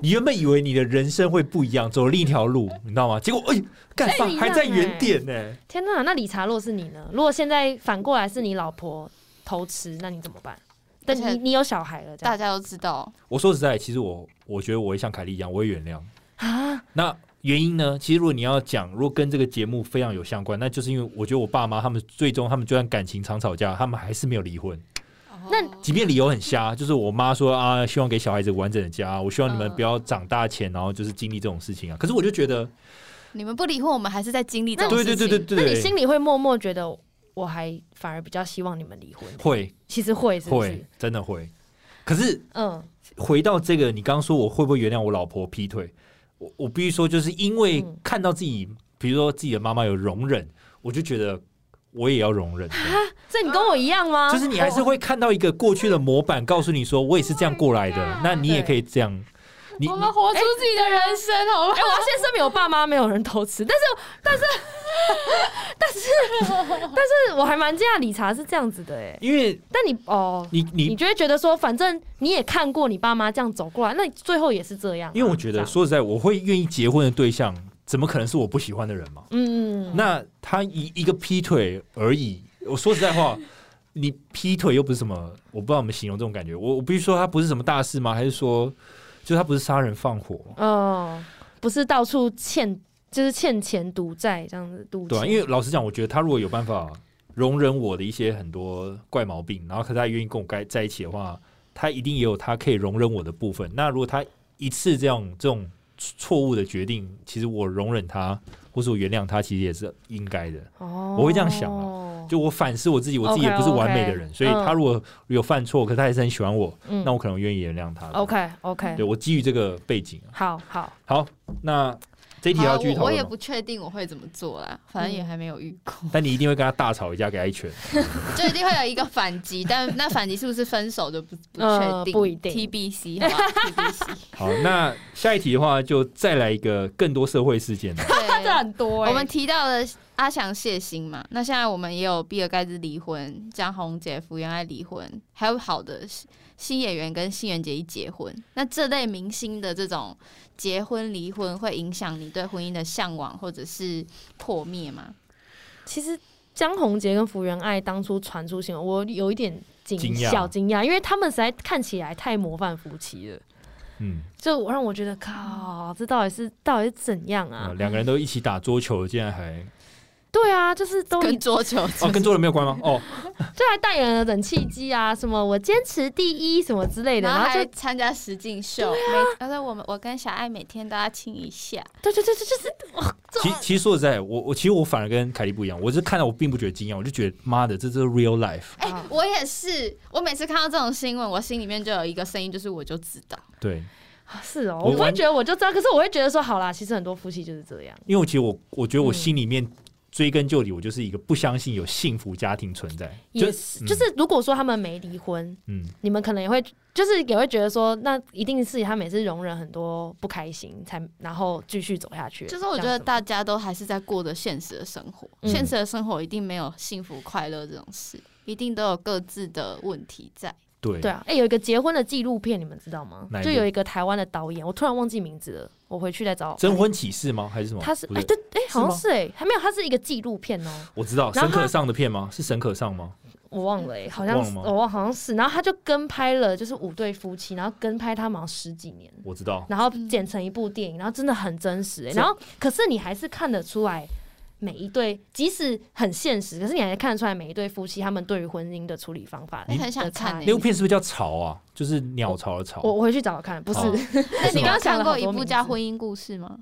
Speaker 3: 你原本以为你的人生会不一样，走另一条路，你知道吗？结果哎，
Speaker 2: 真
Speaker 3: 干
Speaker 2: 的
Speaker 3: 放
Speaker 2: 一样
Speaker 3: 还在原
Speaker 2: 哎
Speaker 3: 点呢、
Speaker 2: 天哪，那理查洛是你呢？如果现在反过来是你老婆偷吃，那你怎么办？但
Speaker 1: 而
Speaker 2: 你
Speaker 1: 且
Speaker 2: 你有小孩了，这
Speaker 1: 大
Speaker 2: 样
Speaker 1: 家都知道，
Speaker 3: 我说实在，其实我我觉得我会像凯莉一样，我会原谅。
Speaker 2: 啊，
Speaker 3: 那原因呢？其实如果你要讲，如果跟这个节目非常有相关，那就是因为我觉得我爸妈他们最终他们就算感情常吵架，他们还是没有离婚。
Speaker 1: 哦
Speaker 2: 那
Speaker 3: 即便理由很瞎，就是我妈说啊，希望给小孩子完整的家，我希望你们不要长大前然后就是经历这种事情啊。可是我就觉得，
Speaker 1: 你们不离婚，我们还是在经历这种事
Speaker 3: 对对
Speaker 1: 情。
Speaker 3: 对对
Speaker 2: 那你
Speaker 3: 对
Speaker 2: 心
Speaker 3: 对，
Speaker 2: 里会默默觉得，我还反而比较希望你们离婚。
Speaker 3: 会
Speaker 2: 其实会是不
Speaker 3: 会
Speaker 2: 是？
Speaker 3: 真的会。可是
Speaker 2: 嗯，
Speaker 3: 回到这个，你刚刚说我会不会原谅我老婆劈腿？我我必须说，就是因为
Speaker 2: 嗯
Speaker 3: 看到自己，比如说自己的妈妈有容忍，我就觉得我也要容忍。
Speaker 2: 所以你跟我一样吗？
Speaker 3: 就是你还是会看到一个过去的模板，告诉你说我也是这样过来的，那你也可以这样。你
Speaker 1: 我们活出自己的人生，好不
Speaker 2: 哎、
Speaker 1: 好？
Speaker 2: 我要先声明，我爸妈没有人偷吃，但是，但是，但是，但是我还蛮惊讶理查是这样子的哎。
Speaker 3: 因为
Speaker 2: 但你哦，
Speaker 3: 你
Speaker 2: 你
Speaker 3: 你，
Speaker 2: 就会觉得说，反正你也看过你爸妈这样走过来，那你最后也是这样啊、
Speaker 3: 因为我觉
Speaker 2: 这
Speaker 3: 得
Speaker 2: 样
Speaker 3: 说实在，我会愿意结婚的对象，怎么可能是我不喜欢的人嘛？
Speaker 2: 嗯，嗯，
Speaker 3: 那他一一个劈腿而已，我说实在话。 你劈腿又不是什么，我不知道怎么形容这种感觉。我我必须说，他不是什么大事
Speaker 2: 哦
Speaker 3: 吗？还是说，就他不是杀人放火吗？
Speaker 2: 嗯，不是到处欠就是欠钱赌债这样子赌
Speaker 3: 对啊，
Speaker 2: 钱。
Speaker 3: 因为老实讲，我觉得他如果有办法容忍我的一些很多怪毛病，然后可他愿意跟我该在一起的话，他一定也有他可以容忍我的部分。那如果他一次这样这种错误的决定，其实我容忍他，或是我原谅他，其实也是应该的。
Speaker 2: 哦
Speaker 3: 我会这样想啊就我反思我自己，我自己也不是
Speaker 2: OK，OK，
Speaker 3: 完美的人所以他如果有犯错，可他还是很喜欢我，
Speaker 2: 嗯
Speaker 3: 那我可能愿意原谅他的。
Speaker 2: OK OK，
Speaker 3: 对我基于这个背景啊，
Speaker 2: 好好，
Speaker 3: 好，那哎这一题要继续
Speaker 1: 啊我
Speaker 3: 讨
Speaker 1: 我
Speaker 3: 论
Speaker 1: 也
Speaker 3: 吗
Speaker 1: 不确定我会怎么做啦，反正也还没有遇过，
Speaker 3: 但你一定会跟他大吵一架，给他一拳。
Speaker 1: 就一定会有一个反 击，但那反击是不是分手就不不
Speaker 2: 呃
Speaker 1: 确定，
Speaker 2: 不一 定
Speaker 1: TBC 好吧 ，TBC。
Speaker 3: 好，那下一题的话，就再来一个更多社会事件的
Speaker 1: 对
Speaker 2: 这。很多哎、
Speaker 1: 我们提到了阿强谢欣嘛，那现在我们也有比尔盖茨离婚，江宏杰、福原爱离婚，还有好的新新演员跟新垣结衣结婚。那这类明星的这种结婚离婚，会影响你对婚姻的向往或者是破灭吗？
Speaker 2: 其实江宏杰跟福原爱当初传出新闻，我有一点惊
Speaker 3: 惊讶
Speaker 2: 小惊讶，因为他们实在看起来太模范夫妻了，
Speaker 3: 嗯，
Speaker 2: 就我让我觉得靠，这到底是到底是怎样啊
Speaker 3: 啊，？两个人都一起打桌球，竟然还
Speaker 2: 对啊，就是都
Speaker 1: 跟桌球
Speaker 3: 哦，跟桌球没有关吗？哦，
Speaker 2: 就还代言了冷气机啊，什么我坚持第一什么之类的，
Speaker 1: 然
Speaker 2: 然
Speaker 1: 后啊
Speaker 2: 后就
Speaker 1: 还参加实境秀，每然后我们我跟小爱每天都要亲一下，
Speaker 2: 对对对对，就是
Speaker 3: 其其实说实在，我我其实我反而跟凯莉不一样，我是看到我并不觉得惊讶，我就觉得妈的，这这是 real life。
Speaker 1: 哎、
Speaker 2: 啊
Speaker 1: 我也是，我每次看到这种新闻，我心里面就有一个声音，就是我就知道，
Speaker 3: 对，
Speaker 2: 啊是哦，
Speaker 3: 我
Speaker 2: 我不会
Speaker 3: 完
Speaker 2: 觉得我就知道，可是我会觉得说好啦，其实很多夫妻就是这样，
Speaker 3: 因为我其实我我觉得我
Speaker 2: 嗯
Speaker 3: 心里面追根究底，我就是一个不相信有幸福家庭存在。
Speaker 2: 也是
Speaker 3: 嗯
Speaker 2: 就是如果说他们没离婚，
Speaker 3: 嗯，
Speaker 2: 你们可能也会就是也会觉得说，那一定是他每次容忍很多不开心，才然后继续走下去。
Speaker 1: 就是我觉
Speaker 2: 这
Speaker 1: 得
Speaker 2: 样子
Speaker 1: 大家都还是在过着现实的生活，
Speaker 2: 嗯
Speaker 1: 现实的生活一定没有幸福快乐这种事，一定都有各自的问题在。
Speaker 3: 对
Speaker 2: 对啊，哎、有一个结婚的纪录片，你们知道吗
Speaker 3: 哪一？部
Speaker 2: 就有一个台湾的导演，我突然忘记名字了，我回去再找。
Speaker 3: 征婚启事吗？还是什么？
Speaker 2: 他是
Speaker 3: 不
Speaker 2: 哎、
Speaker 3: 是，
Speaker 2: 对哎、好
Speaker 3: 是吗
Speaker 2: 像是哎、还没有，他是一个纪录片哦、
Speaker 3: 我知道
Speaker 2: 然
Speaker 3: 沈
Speaker 2: 后他
Speaker 3: 可上的片吗？是沈可上吗？
Speaker 2: 我忘了哎、好像
Speaker 3: 忘
Speaker 2: 是
Speaker 3: 了吗
Speaker 2: 我忘好像是，然后他就跟拍了，就是五对夫妻，然后跟拍他们好像十几年，
Speaker 3: 我知道，
Speaker 2: 然后剪
Speaker 1: 嗯
Speaker 2: 成一部电影，然后真的很真实、欸。
Speaker 3: 是
Speaker 2: 然后可是你还是看得出来每一对，即使很现实，可是你还是看得出来每一对夫妻他们对于婚姻的处理方法
Speaker 1: 我
Speaker 2: 的差异。
Speaker 1: 很想看欸
Speaker 3: 那部片是不是叫潮啊？就是鸟巢的巢。
Speaker 2: 我我回去找找看，不是、
Speaker 1: 那
Speaker 3: 哦
Speaker 1: 你
Speaker 3: 是吗
Speaker 1: 刚刚看过一
Speaker 2: 我想了好多名
Speaker 1: 部
Speaker 2: 字
Speaker 1: 叫《婚姻故事》吗？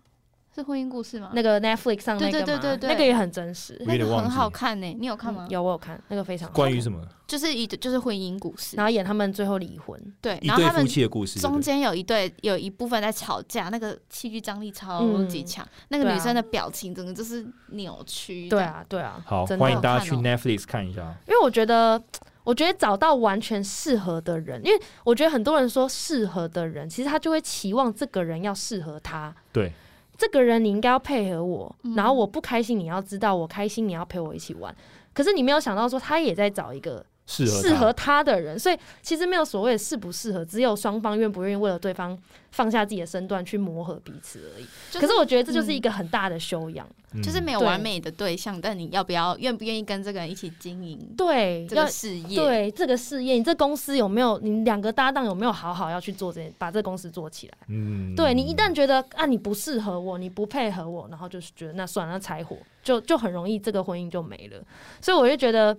Speaker 1: 是《婚姻故事》吗？
Speaker 2: 那个 Netflix 上那个
Speaker 1: 对对
Speaker 2: 嘛
Speaker 1: 对对对
Speaker 2: 那个也很真实。嗯
Speaker 3: 我有
Speaker 1: 那
Speaker 3: 点
Speaker 1: 个
Speaker 3: 忘
Speaker 1: 很
Speaker 3: 记
Speaker 1: 好看呢、嗯你有看吗？
Speaker 2: 有我有看那个非常好，
Speaker 3: 关于什么？
Speaker 1: 就是一就是婚姻故事
Speaker 2: 然，后演他们最后离婚，
Speaker 1: 对，
Speaker 3: 一
Speaker 1: 然后
Speaker 3: 对
Speaker 1: 他
Speaker 3: 夫
Speaker 1: 们
Speaker 3: 妻的故事，
Speaker 1: 中
Speaker 3: 对
Speaker 1: 间有一对有一部分在吵架，那个戏剧张力超级
Speaker 2: 嗯
Speaker 1: 强，那个
Speaker 2: 对啊
Speaker 1: 女生的表情整个就是扭曲。
Speaker 2: 对，啊对啊
Speaker 3: 不对，好，
Speaker 2: 真的哦
Speaker 3: 欢迎大家去
Speaker 1: 好
Speaker 3: Netflix 看一下。哦
Speaker 2: 因为我觉得，我觉得找到完全适合的人，因为我觉得很多人说适合的人，其实他就会期望这个人要适合他。
Speaker 3: 对，
Speaker 2: 这个人你应该要配合我，
Speaker 1: 嗯
Speaker 2: 然后我不开心你要知道，我开心你要陪我一起玩。可是你没有想到说他也在找一个
Speaker 3: 适合
Speaker 2: 适
Speaker 3: 他
Speaker 2: 合他的人，所以其实没有所谓的适不适合，只有双方愿不愿意为了对方放下自己的身段去磨合彼此而已。
Speaker 1: 就嗯
Speaker 2: 可是我觉得这就是一个很大的修养，
Speaker 3: 嗯
Speaker 1: 就是没有
Speaker 2: 对
Speaker 1: 完美的对象，但你要不要愿不愿意跟这个人一起经营
Speaker 2: 对，
Speaker 1: 这
Speaker 2: 要
Speaker 1: 个事业？
Speaker 2: 对这个事业，你这公司有没有你两个搭档有没有好好要去做这件，把这个公司做起来？
Speaker 3: 嗯
Speaker 2: 对你一旦觉得啊你不适合我，你不配合我，然后就是觉得那算了，那柴火就就很容易这个婚姻就没了。所以我就觉得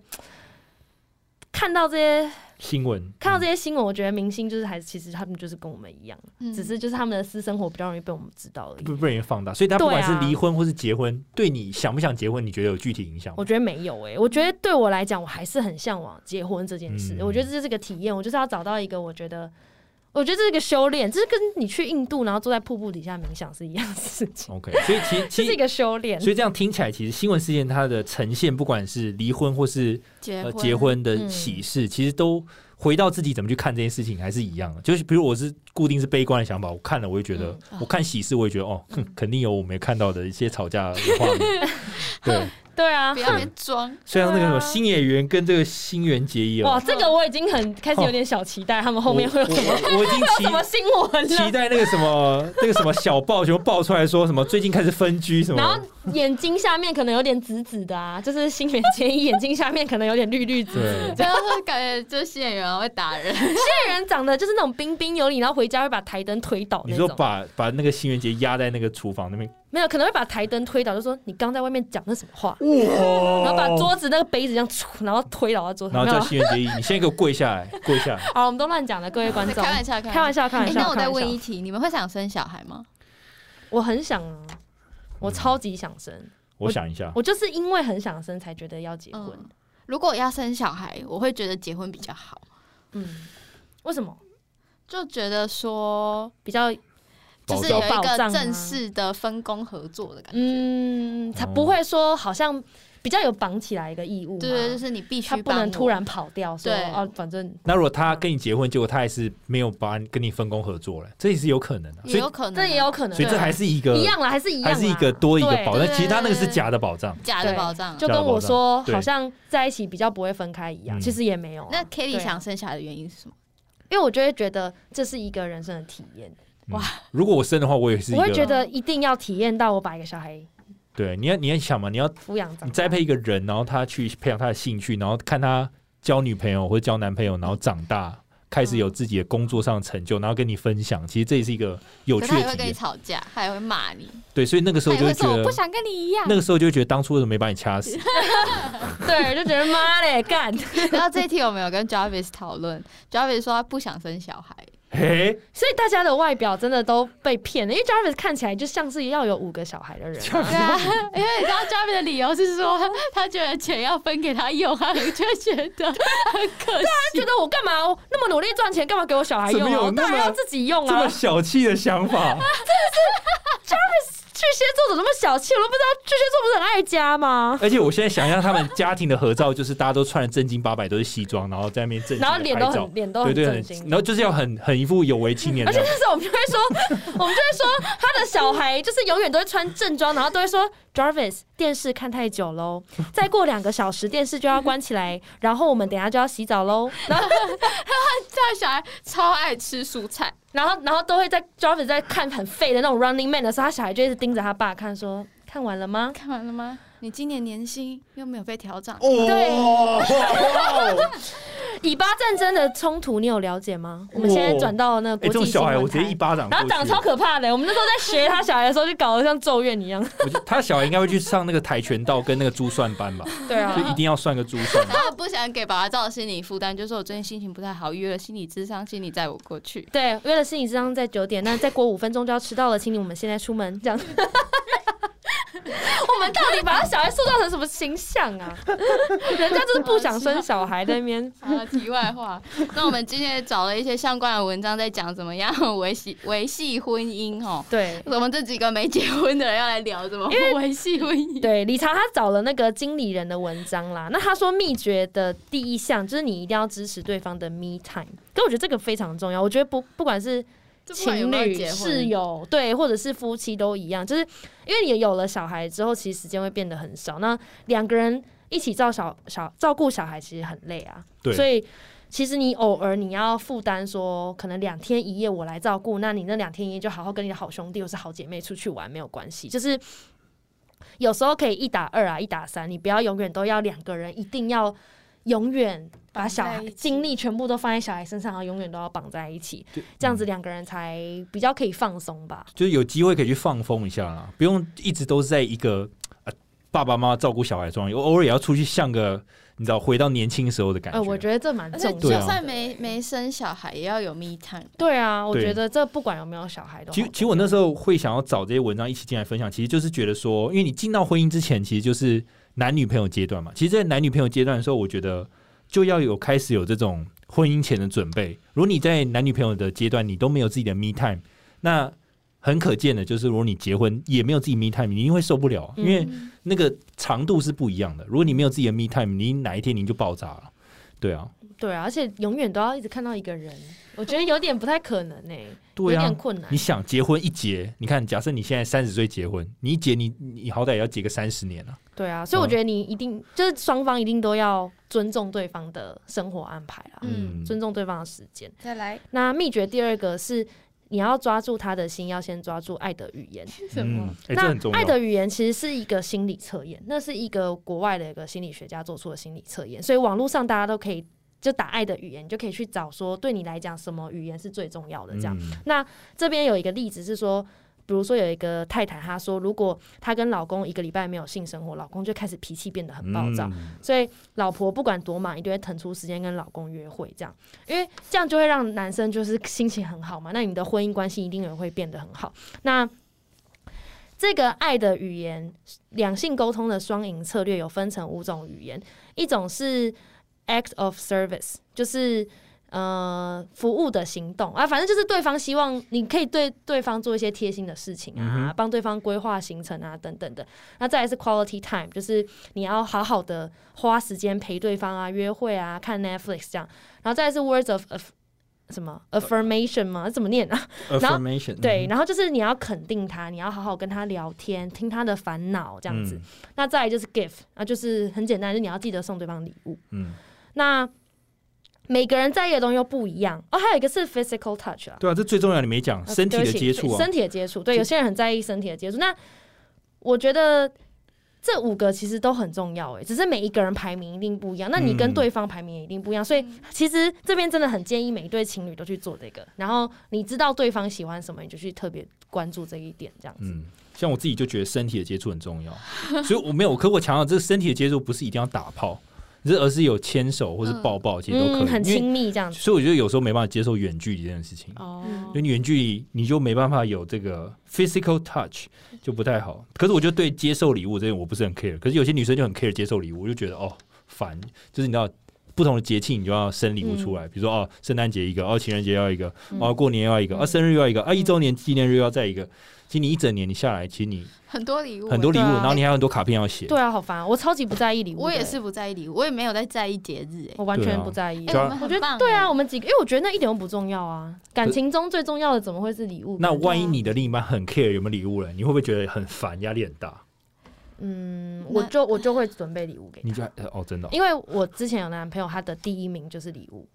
Speaker 2: 看到这些
Speaker 3: 新闻嗯
Speaker 2: 看到这些新闻，我觉得明星就是还是其实他们就是跟我们一样，
Speaker 1: 嗯
Speaker 2: 只是就是他们的私生活比较容易被我们知道而
Speaker 3: 嗯
Speaker 2: 已。
Speaker 3: 不被人放大，所以他不
Speaker 2: 对
Speaker 3: 管是
Speaker 2: 啊
Speaker 3: 离婚或是结婚，对你想不想结婚，你觉得有具体影响吗？
Speaker 2: 我觉得没有诶、欸我觉得对我来讲，我还是很向往结婚这件事。
Speaker 3: 嗯
Speaker 2: 我觉得这就是个体验，我就是要找到一个我觉得，我觉得这是一个修炼，这是跟你去印度然后坐在瀑布底下冥想是一样的事情，
Speaker 3: OK，所以其实
Speaker 2: 这
Speaker 3: 其
Speaker 2: 是一
Speaker 3: 实。
Speaker 2: 个修炼。
Speaker 3: 所以这样听起来，其实新闻事件它的呈现，不管是离婚或是
Speaker 1: 结
Speaker 3: 呃
Speaker 1: 婚
Speaker 3: 结婚
Speaker 2: 嗯
Speaker 3: 的喜事，其实都回到自己怎么去看这件事情还是一样的。就是比如我是固定是悲观的想法，我看了我就觉得，
Speaker 1: 嗯
Speaker 3: 我
Speaker 2: 啊
Speaker 3: 看喜事我也觉得哦，
Speaker 2: 嗯
Speaker 3: 哼，肯定有我没看到的一些吵架的画 面。对，
Speaker 2: 对啊
Speaker 1: 不，要别 装，
Speaker 3: 虽然那个什
Speaker 2: 对
Speaker 3: 么
Speaker 2: 啊
Speaker 3: 新演员跟这个新垣结衣
Speaker 2: 哇，
Speaker 3: 哦，
Speaker 2: 这个我已经很开始有点小期待，他们后面会有什么
Speaker 3: 我我我已
Speaker 2: 什么啊
Speaker 3: 经
Speaker 2: 新闻
Speaker 3: 期期
Speaker 2: 了。
Speaker 3: 待那个什么那个什么小报全部爆出来说什么最近开始分居什
Speaker 2: 然后
Speaker 3: 么，
Speaker 2: 眼睛下面可能有点紫紫的啊，就是新垣结衣眼睛下面可能有点绿绿 紫。
Speaker 3: 对，
Speaker 1: 这样会感觉就是新演员会打 人，
Speaker 2: 这人长得就是那种彬彬有礼，然后回家会把台灯推倒
Speaker 3: 你
Speaker 2: 那
Speaker 3: 说
Speaker 2: 种。
Speaker 3: 把把那个新垣结衣压在那个厨房那边，
Speaker 2: 没有，可能会把台灯推倒，就说你刚在外面讲那什么话， 然
Speaker 3: 哇
Speaker 2: 后把桌子那个杯子这样，然后推倒到桌
Speaker 3: 哦然
Speaker 2: 上。
Speaker 3: 后
Speaker 2: 没有，
Speaker 3: 叫新垣结衣，你先给我跪下来，跪下来。
Speaker 2: 好，我们都乱讲了，各位观众。
Speaker 1: 开玩笑，开
Speaker 2: 开玩
Speaker 1: 玩笑。
Speaker 2: 笑，开玩
Speaker 1: 哎
Speaker 2: 笑。
Speaker 1: 那我再
Speaker 2: 开玩
Speaker 1: 问
Speaker 2: 笑
Speaker 1: 一题，你们会想生小孩吗？
Speaker 2: 我很想啊，我超级想生，
Speaker 3: 我想一下，
Speaker 2: 我就是因为很想生才觉得要结婚。
Speaker 1: 嗯，如果要生小孩，我会觉得结婚比较好，
Speaker 2: 嗯，为什么？
Speaker 1: 就觉得说
Speaker 2: 比较
Speaker 1: 就是有
Speaker 3: 保
Speaker 1: 一
Speaker 3: 障
Speaker 1: 个
Speaker 2: 保障啊
Speaker 1: 正式的分工合作的感觉。
Speaker 2: 嗯，才
Speaker 3: 哦
Speaker 2: 不会说好像比较有绑起来一个义务嘛。
Speaker 1: 对对，就是你必须
Speaker 2: 他不
Speaker 1: 帮
Speaker 2: 能
Speaker 1: 我
Speaker 2: 突然跑掉，说
Speaker 1: 对
Speaker 2: 哦，反正
Speaker 3: 那如果他跟你结婚，结果他还是没有把跟你分工合作了，这也是有可能的、所
Speaker 1: 也
Speaker 3: 以
Speaker 1: 有可能啊，
Speaker 2: 这也有可能，
Speaker 3: 所以这还是一个
Speaker 2: 一样啦，还是一样
Speaker 3: 还
Speaker 2: 啦，
Speaker 3: 是一个多一个
Speaker 2: 对
Speaker 3: 保障
Speaker 1: 啊对，对
Speaker 3: 其实他那个是假的保障。
Speaker 1: 假的
Speaker 2: 对
Speaker 1: 保障。啊
Speaker 2: 就跟我说，
Speaker 3: 对
Speaker 2: 好像在一起比较不会分开一样，
Speaker 3: 嗯
Speaker 2: 其实也没有啊。
Speaker 1: 那 Kelly
Speaker 2: 对啊
Speaker 1: 想生小孩的原因是什么？
Speaker 2: 因为我就会觉得这是一个人生的体验，
Speaker 3: 如果我生的话，我也是一
Speaker 2: 我会觉
Speaker 3: 个。
Speaker 2: 得一定要体验到我把一个小孩
Speaker 3: 对，你要你要想嘛，你要
Speaker 2: 抚养长
Speaker 3: 你
Speaker 2: 大。
Speaker 3: 栽培一个人，然后他去培养他的兴趣，然后看他交女朋友或者交男朋友，然后长大，开
Speaker 1: 嗯
Speaker 3: 始有自己的工作上的成就，然后跟你分享。其实这也是一个有
Speaker 1: 可
Speaker 3: 趣
Speaker 1: 是他也
Speaker 3: 的
Speaker 1: 会
Speaker 3: 体
Speaker 1: 跟你
Speaker 3: 验。
Speaker 1: 吵架，他也会骂你，
Speaker 3: 对，所以那个时
Speaker 1: 他
Speaker 3: 候
Speaker 1: 也
Speaker 3: 就
Speaker 1: 会
Speaker 3: 觉
Speaker 1: 说我
Speaker 3: 得
Speaker 1: 不，想跟你一样
Speaker 3: 那。个时候就会觉得当初为什么没把你 掐死？
Speaker 2: 对，就觉得妈嘞干，
Speaker 1: 然后这一题我们有跟 Jarvis 讨论，Jarvis 说他不想生小孩，
Speaker 3: 嘿，
Speaker 2: 所以大家的外表真的都被骗了，因为 Jarvis 看起来就像是要有五个小孩的 人啊、
Speaker 1: 对啊， 因为你知道 Jarvis 的理由是说他觉得钱要分给他用，他就觉得很可惜。 啊
Speaker 2: 他觉得我干嘛哦那么努力赚钱，干嘛给我小孩用
Speaker 3: 怎么
Speaker 2: 啊？
Speaker 3: 有
Speaker 2: 我当然
Speaker 3: 那么
Speaker 2: 要自己用
Speaker 3: 这么
Speaker 2: 啊！
Speaker 3: 小气的想 法，
Speaker 2: 巨蟹座怎么那么小气？我都不知道巨蟹座不是很爱家 吗？
Speaker 3: 而且我现在想象他们家庭的合照，就是大家都穿的正经八百，都是西装，然后在那边正经地
Speaker 2: 然后脸都
Speaker 3: 拍照
Speaker 2: 很脸都
Speaker 3: 对
Speaker 2: 很
Speaker 3: 对
Speaker 2: 震
Speaker 3: 很
Speaker 2: 惊，
Speaker 3: 然后就是要很很一副有为青年
Speaker 2: 而
Speaker 3: 的
Speaker 2: 且
Speaker 3: 样
Speaker 2: 那
Speaker 3: 子。
Speaker 2: 时候我们就会说， 我们就会说他的小孩就是永远都会穿正装，然后都会说 Jarvis 电视看太久喽，再过两个小时电视就要关起来，然后我们等一下就要洗澡喽。然后
Speaker 1: 他小孩超爱吃蔬菜，
Speaker 2: 然后然后都会在 Jarvis 在看很废的那种 Running Man 的时候，他小孩就一直盯着他爸看说。看完了吗？
Speaker 1: 看完了吗？你今年年薪又没有被调整，
Speaker 3: 哦，
Speaker 2: 以巴战争的冲突你有了解吗？我们现在转到那
Speaker 3: 哎，
Speaker 2: 个国
Speaker 3: 这种
Speaker 2: 际新
Speaker 3: 小孩我
Speaker 2: 闻
Speaker 3: 直接一
Speaker 2: 台，
Speaker 3: 巴掌过
Speaker 2: 然
Speaker 3: 去
Speaker 2: 后长得超可怕的。我们那时候在学他小孩的时候，就搞得像咒怨一样。
Speaker 3: 我觉得他小孩应该会去上那个跆拳道跟那个珠算班吧，
Speaker 2: 对啊
Speaker 3: 就一定要算个珠算。
Speaker 1: 他不想给爸爸造成心理负担，就说我最近心情不太好，约了心理智商，心理载我过 去。
Speaker 2: 对，约了心理智商在九点，那再过五分钟就要迟到了，请你我们现在出门 这样。我们到底把他小孩塑造成什么形象啊？人家就是不想生小孩在那边。
Speaker 1: 好了，题外话，那我们今天也找了一些相关的文章，在讲怎么样维系维系婚姻哦。
Speaker 2: 对
Speaker 1: 我们这几个没结婚的人要来聊怎么维系婚姻。
Speaker 2: 对，理查他找了那个经理人的文章啦。那他说秘诀的第一项就是你一定要支持对方的 me time，可我觉得这个非常重要。我觉得不不管是
Speaker 1: 这不管有
Speaker 2: 情
Speaker 1: 没有
Speaker 2: 侣、
Speaker 1: 结婚
Speaker 2: 室友，对，或者是夫妻都一样，就是因为你有了小孩之后，其实时间会变得很少。那两个人一起照小小照顾小孩，其实很累啊。
Speaker 3: 对
Speaker 2: 所以其实你偶尔你要负担说，可能两天一夜我来照顾，那你那两天一夜就好好跟你的好兄弟或是好姐妹出去玩没有关系，就是。有时候可以一打二啊，一打三，你不要永远都要两个人，一定要永远把小
Speaker 1: 绑
Speaker 2: 孩
Speaker 1: 在一起
Speaker 2: 精力全部都放在小孩身上，然后永远都要绑在一起。
Speaker 3: 就
Speaker 2: 这样子两个人才比较可以放松吧。
Speaker 3: 就是有机会可以去放风一下啦，不用一直都是在一个、呃、爸爸妈妈照顾小孩的状态，偶尔也要出去像个你知道回到年轻时候的感觉。
Speaker 2: 呃，我觉得这蛮
Speaker 1: 而且
Speaker 2: 重
Speaker 1: 就
Speaker 3: 对啊
Speaker 2: 要
Speaker 1: 算
Speaker 2: 的。
Speaker 1: 没没生小孩，也要有 me time。
Speaker 2: 对啊，我
Speaker 3: 对
Speaker 2: 觉得这不管有没有小孩都好
Speaker 3: 其实，其实我那时候会想要找这些文章一起进来分享，其实就是觉得说，因为你进到婚姻之前，其实就是男女朋友阶段嘛。其实，在男女朋友阶段的时候，我觉得就要有开始有这种婚姻前的准备。如果你在男女朋友的阶段，你都没有自己的 me time，那很可见的就是，如果你结婚也没有自己 me time，你一定会受不了啊，因为
Speaker 1: 嗯
Speaker 3: 那个长度是不一样的。如果你没有自己的 me time，你哪一天你就爆炸了。对啊，
Speaker 2: 对啊，而且永远都要一直看到一个人，我觉得有点不太可能呢、有
Speaker 3: 对啊，
Speaker 2: 点困难
Speaker 3: 你。想结婚一结，你看，假设你现在三十岁结婚，你一结你你好歹也要结个三十年啊。
Speaker 2: 对啊，所以我觉得你一定、就是双方一定都要尊重对方的生活安排啦，
Speaker 1: 嗯
Speaker 2: 尊重对方的时间。
Speaker 1: 再来，
Speaker 2: 那秘诀第二个是你要抓住他的心，要先抓住爱的语言。
Speaker 1: 是什么？
Speaker 4: 哎、这
Speaker 2: 哦那
Speaker 4: 很重
Speaker 2: 爱
Speaker 4: 要。
Speaker 2: 的语言其实是一个心理测验，那是一个国外的一个心理学家做出的心理测验，所以网络上大家都可以就打爱的语言，你就可以去找说对你来讲什么语言是最重要的这样。
Speaker 3: 嗯
Speaker 2: 这边有一个例子是说，比如说有一个太太，她说如果她跟老公一个礼拜没有性生活，老公就开始脾气变得很暴躁，
Speaker 3: 嗯
Speaker 2: 所以老婆不管多忙，一定会腾出时间跟老公约会，这样，因为这样就会让男生就是心情很好嘛，那你的婚姻关系一定也会变得很好。那这个爱的语言，两性沟通的双赢策略有分成五种语言，一种是 act of service，就是呃服务的行动啊，反正就是对方希望你可以对对方做一些贴心的事情
Speaker 3: 嗯
Speaker 2: 啊，帮、对方规划行程啊等等的。那再来是 quality time，就是你要好好的花时间陪对方啊，约会啊，看 Netflix 这样。然后再来是 words of of 什么 affirmation 吗？怎么念
Speaker 3: 嗯
Speaker 2: 啊？
Speaker 4: 嗯
Speaker 2: 然后
Speaker 5: affirmation，
Speaker 2: 对，，然后就是你要肯定他，你要好好跟他聊天，听他的烦恼这样
Speaker 3: 嗯
Speaker 2: 子。那再来就是 gift 啊，就是很简单，就是你要记得送对方礼物。
Speaker 3: 嗯
Speaker 2: 那每个人在意的东西又不一样哦，还有一个是 physical touch 啊，
Speaker 3: 对啊，这最重要，你没讲
Speaker 2: 呃
Speaker 3: 身体
Speaker 2: 对
Speaker 3: 的
Speaker 2: 不起
Speaker 3: 接触啊
Speaker 2: 身，体的接触。对，有些人很在意身体的接触。那我觉得这五个其实都很重要，诶，欸只是每一个人排名一定不一样。那你跟
Speaker 3: 嗯
Speaker 2: 对方排名也一定不一样，所以其实这边真的很建议每一对情侣都去做这个。然后你知道对方喜欢什么，你就去特别关注这一点，这样子。
Speaker 3: 嗯，像我自己就觉得身体的接触很重要， 所以我没有，可我强调，这个身体的接触不是一定要打炮，这而是有牵手或是抱抱，其实都可以，
Speaker 2: 嗯很啊
Speaker 3: 因为
Speaker 2: 亲密这样子。
Speaker 3: 所以我觉得有时候没办法接受远距离这件事情，
Speaker 1: 哦
Speaker 3: 因为，你远距离你就没办法有这个 physical touch，就不太好。可是我就对接受礼物这点我不是很 care，可是有些女生就很 care 接受礼物，我就觉得哦烦，就是你知道。不同的节庆，你就要生礼物出来，比如说哦，圣诞节一个，哦，情人节要一个，哦，过年要一个，
Speaker 2: 嗯嗯
Speaker 3: 啊，生日要一个，啊，一周年纪念日要再一个。其实你一整年你下来，其实你
Speaker 1: 很多礼物，
Speaker 3: 很多礼物，
Speaker 2: 对啊
Speaker 3: 然后你还有很多卡片要写。
Speaker 2: 对啊，好烦、啊，我超级不在意礼物的，
Speaker 1: 我也是不在意礼物，我也没有在在意节日
Speaker 2: 我完
Speaker 3: 对
Speaker 2: 全
Speaker 3: 啊
Speaker 2: 不在意。
Speaker 1: 哎，
Speaker 3: 就
Speaker 1: 哎，
Speaker 3: 要
Speaker 1: 我们
Speaker 2: 我
Speaker 1: 很
Speaker 2: 觉得
Speaker 1: 棒
Speaker 2: 对
Speaker 1: 哎
Speaker 2: 啊，我们几个，因为我觉得那一点都不重要啊。感
Speaker 3: 可
Speaker 2: 情中最重要的怎么会是礼物？
Speaker 3: 那万一你的另一半很 care 有没有礼物了，你会不会觉得很烦，压力很大？
Speaker 2: 嗯，我就我就会准备礼物给
Speaker 3: 你
Speaker 2: 他，
Speaker 3: 就呃哦，真的哦
Speaker 2: 因为我之前有男朋友，他的第一名就是礼物。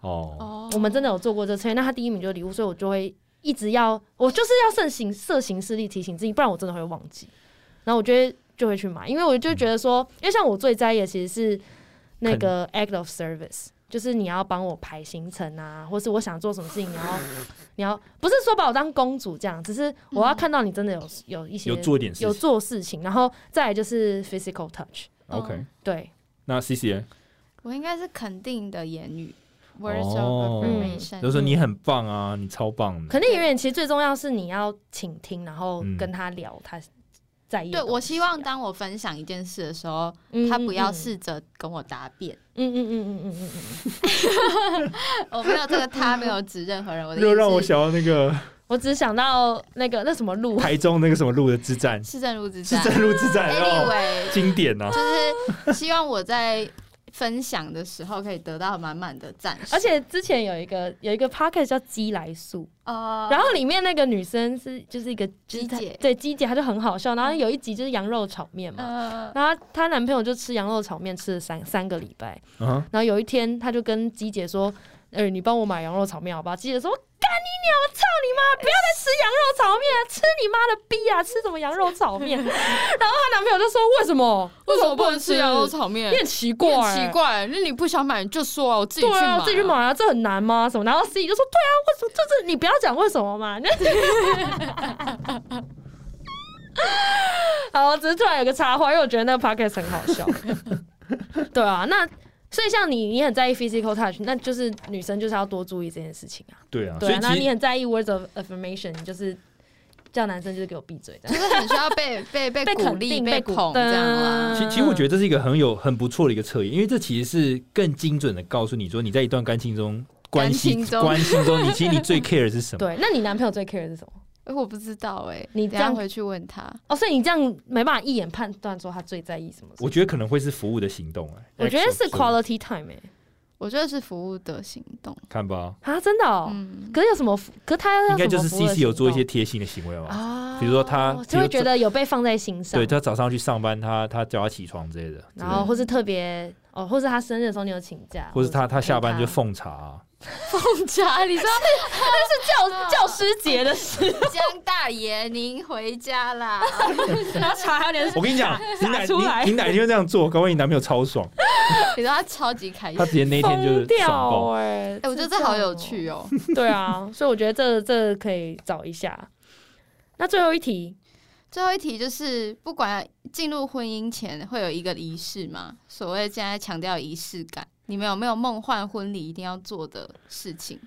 Speaker 3: 哦，
Speaker 1: 哦
Speaker 2: 我们真的有做过这测验，那他第一名就是礼物，所以我就会一直要，我就是要慎行设行事力提醒自己，不然我真的会忘记。然后我就会就会去买，因为我就觉得说，因为像我最在意的其实是那个 act of service，就是你要帮我排行程啊，或是我想做什么事情，你要你要不是说把我当公主这样，只是我要看到你真的有有一些
Speaker 3: 有做一点事
Speaker 2: 有
Speaker 3: 情。
Speaker 2: 做事情，然后再来就是 physical touch，
Speaker 3: 哦 OK，
Speaker 2: 对，
Speaker 3: 那 C C
Speaker 1: 我应该是肯定的言语，words
Speaker 3: 哦
Speaker 1: of affirmation，
Speaker 3: 就是说你很棒啊，你超棒的。
Speaker 2: 肯定永远其实最重要是你要倾听，然后
Speaker 3: 嗯
Speaker 2: 跟他聊他在意的
Speaker 1: 嗯对
Speaker 2: 东西啊。
Speaker 1: 我希望当我分享一件事的时候，
Speaker 2: 嗯
Speaker 1: 他不要，
Speaker 2: 嗯
Speaker 1: 试着跟我答辩。
Speaker 2: 嗯嗯嗯嗯嗯嗯嗯，
Speaker 1: 我没有这个，他没有指任何人。 我的意思
Speaker 4: 又
Speaker 1: 是
Speaker 4: 让我想到那个
Speaker 2: 我只想到那个那什么啊路，
Speaker 3: 台中那个什么路的之 战，
Speaker 1: 市政如之
Speaker 3: 是
Speaker 1: 战。
Speaker 3: 正路之战哦，
Speaker 1: Anyway，
Speaker 3: 经典呐。
Speaker 1: 就是希望我在分享的时候可以得到满满的赞赏。
Speaker 2: 而且之前有一个有一个 p o c k e t 叫鸡来素，
Speaker 1: 呃，
Speaker 2: 然后里面那个女生是就是一个
Speaker 1: 鸡姐嗯
Speaker 2: 对鸡姐，她就很好笑。然后有一集就是羊肉炒面嘛，
Speaker 1: 呃，
Speaker 2: 然后她男朋友就吃羊肉炒面吃了三三个礼拜，
Speaker 3: 嗯哼，
Speaker 2: 然后有一天，他就跟鸡姐说：“呃，你帮我买羊肉炒面好不好？”鸡姐说：“干你娘！我操你妈！不要再吃羊肉炒面了，吃你妈的逼啊！吃什么羊肉炒面？”然后她男朋友就说：“为什么？
Speaker 1: 炒面
Speaker 2: 你很奇怪、
Speaker 1: 你
Speaker 2: 欸，
Speaker 1: 很奇。怪，啊那你不想买你就说啊，我自己
Speaker 2: 对
Speaker 1: 去买
Speaker 2: 啊
Speaker 1: 啊，，
Speaker 2: 自己去买啊，这很难吗？什么？然后司仪就说：“对啊，为什么？就是你不要讲为什么嘛。”那 好，只是突然有个插话，因为我觉得那个 podcast 很好 笑。对啊，那所以像你，你很在意 physical touch，那就是女生就是要多注意这件事情啊。
Speaker 3: 对啊，所
Speaker 2: 对
Speaker 3: 以
Speaker 2: 啊，那
Speaker 3: 其
Speaker 2: 你
Speaker 3: 实
Speaker 2: 很在意 words of affirmation，你就是叫男生就是给我闭嘴
Speaker 1: 就
Speaker 2: 这样，
Speaker 1: 是很需要被被被
Speaker 2: 被
Speaker 1: 鼓
Speaker 2: 肯
Speaker 1: 励、
Speaker 2: 定、
Speaker 1: 被
Speaker 2: 鼓
Speaker 1: 捧这样啦。
Speaker 3: 其其实我觉得这是一个很有很不错的一个测验，因为这其实是更精准的告诉你说你在一段感情中。关系
Speaker 1: 感情中
Speaker 3: 关系中，你其实你最 care 的是什么？
Speaker 2: 对，那你男朋友最 care 的是什么？
Speaker 1: 哎，我不知道哎，
Speaker 2: 你
Speaker 1: 等
Speaker 2: 这
Speaker 1: 一下
Speaker 2: 样
Speaker 1: 回去问他。
Speaker 2: 哦，所以你这样没办法一眼判断说他最在意什么事情。
Speaker 3: 我觉得可能会是服务的行动、哎，
Speaker 2: 我觉得是
Speaker 3: action，
Speaker 2: quality time 哎、
Speaker 1: 我我觉得是服务的行动。
Speaker 3: 看吧，
Speaker 2: 啊，真的哦。
Speaker 1: 嗯
Speaker 2: 可是有什么服？可是他要
Speaker 3: 应该就是
Speaker 2: 什么服务的
Speaker 3: CC 有做一些
Speaker 2: 行
Speaker 3: 贴心的行为
Speaker 2: 动
Speaker 3: 吧。
Speaker 2: 啊
Speaker 3: 比如说他
Speaker 2: 就会觉得有被放在心上，
Speaker 3: 对他早上去上班，他他叫他起床之类的，
Speaker 2: 然后或是特别哦，或是他生日的时候你有请假，
Speaker 3: 或是他他下班就
Speaker 2: 陪他
Speaker 3: 奉茶啊、
Speaker 1: 凤 茶，你说
Speaker 2: 教教师节的事，
Speaker 1: 江大爷您回家啦？
Speaker 2: 然后 查他点
Speaker 3: 我跟 你讲，你哪
Speaker 2: 撒出来
Speaker 3: 你你哪天就这样做，搞不好你男朋友超爽，
Speaker 1: 你说他超级开心
Speaker 3: 他。直接那一天就是
Speaker 2: 疯掉
Speaker 3: 爽爆。
Speaker 2: 哎、
Speaker 1: 哎、我觉得这好有趣
Speaker 2: 哦。
Speaker 1: 哦。
Speaker 2: 对啊，所以我觉得这这可以找一下。那最后一题，
Speaker 1: 最后一题就是，不管进入婚姻前会有一个仪式嘛，所谓现在强调仪式感，你们有没有梦幻婚礼一定要做的事情？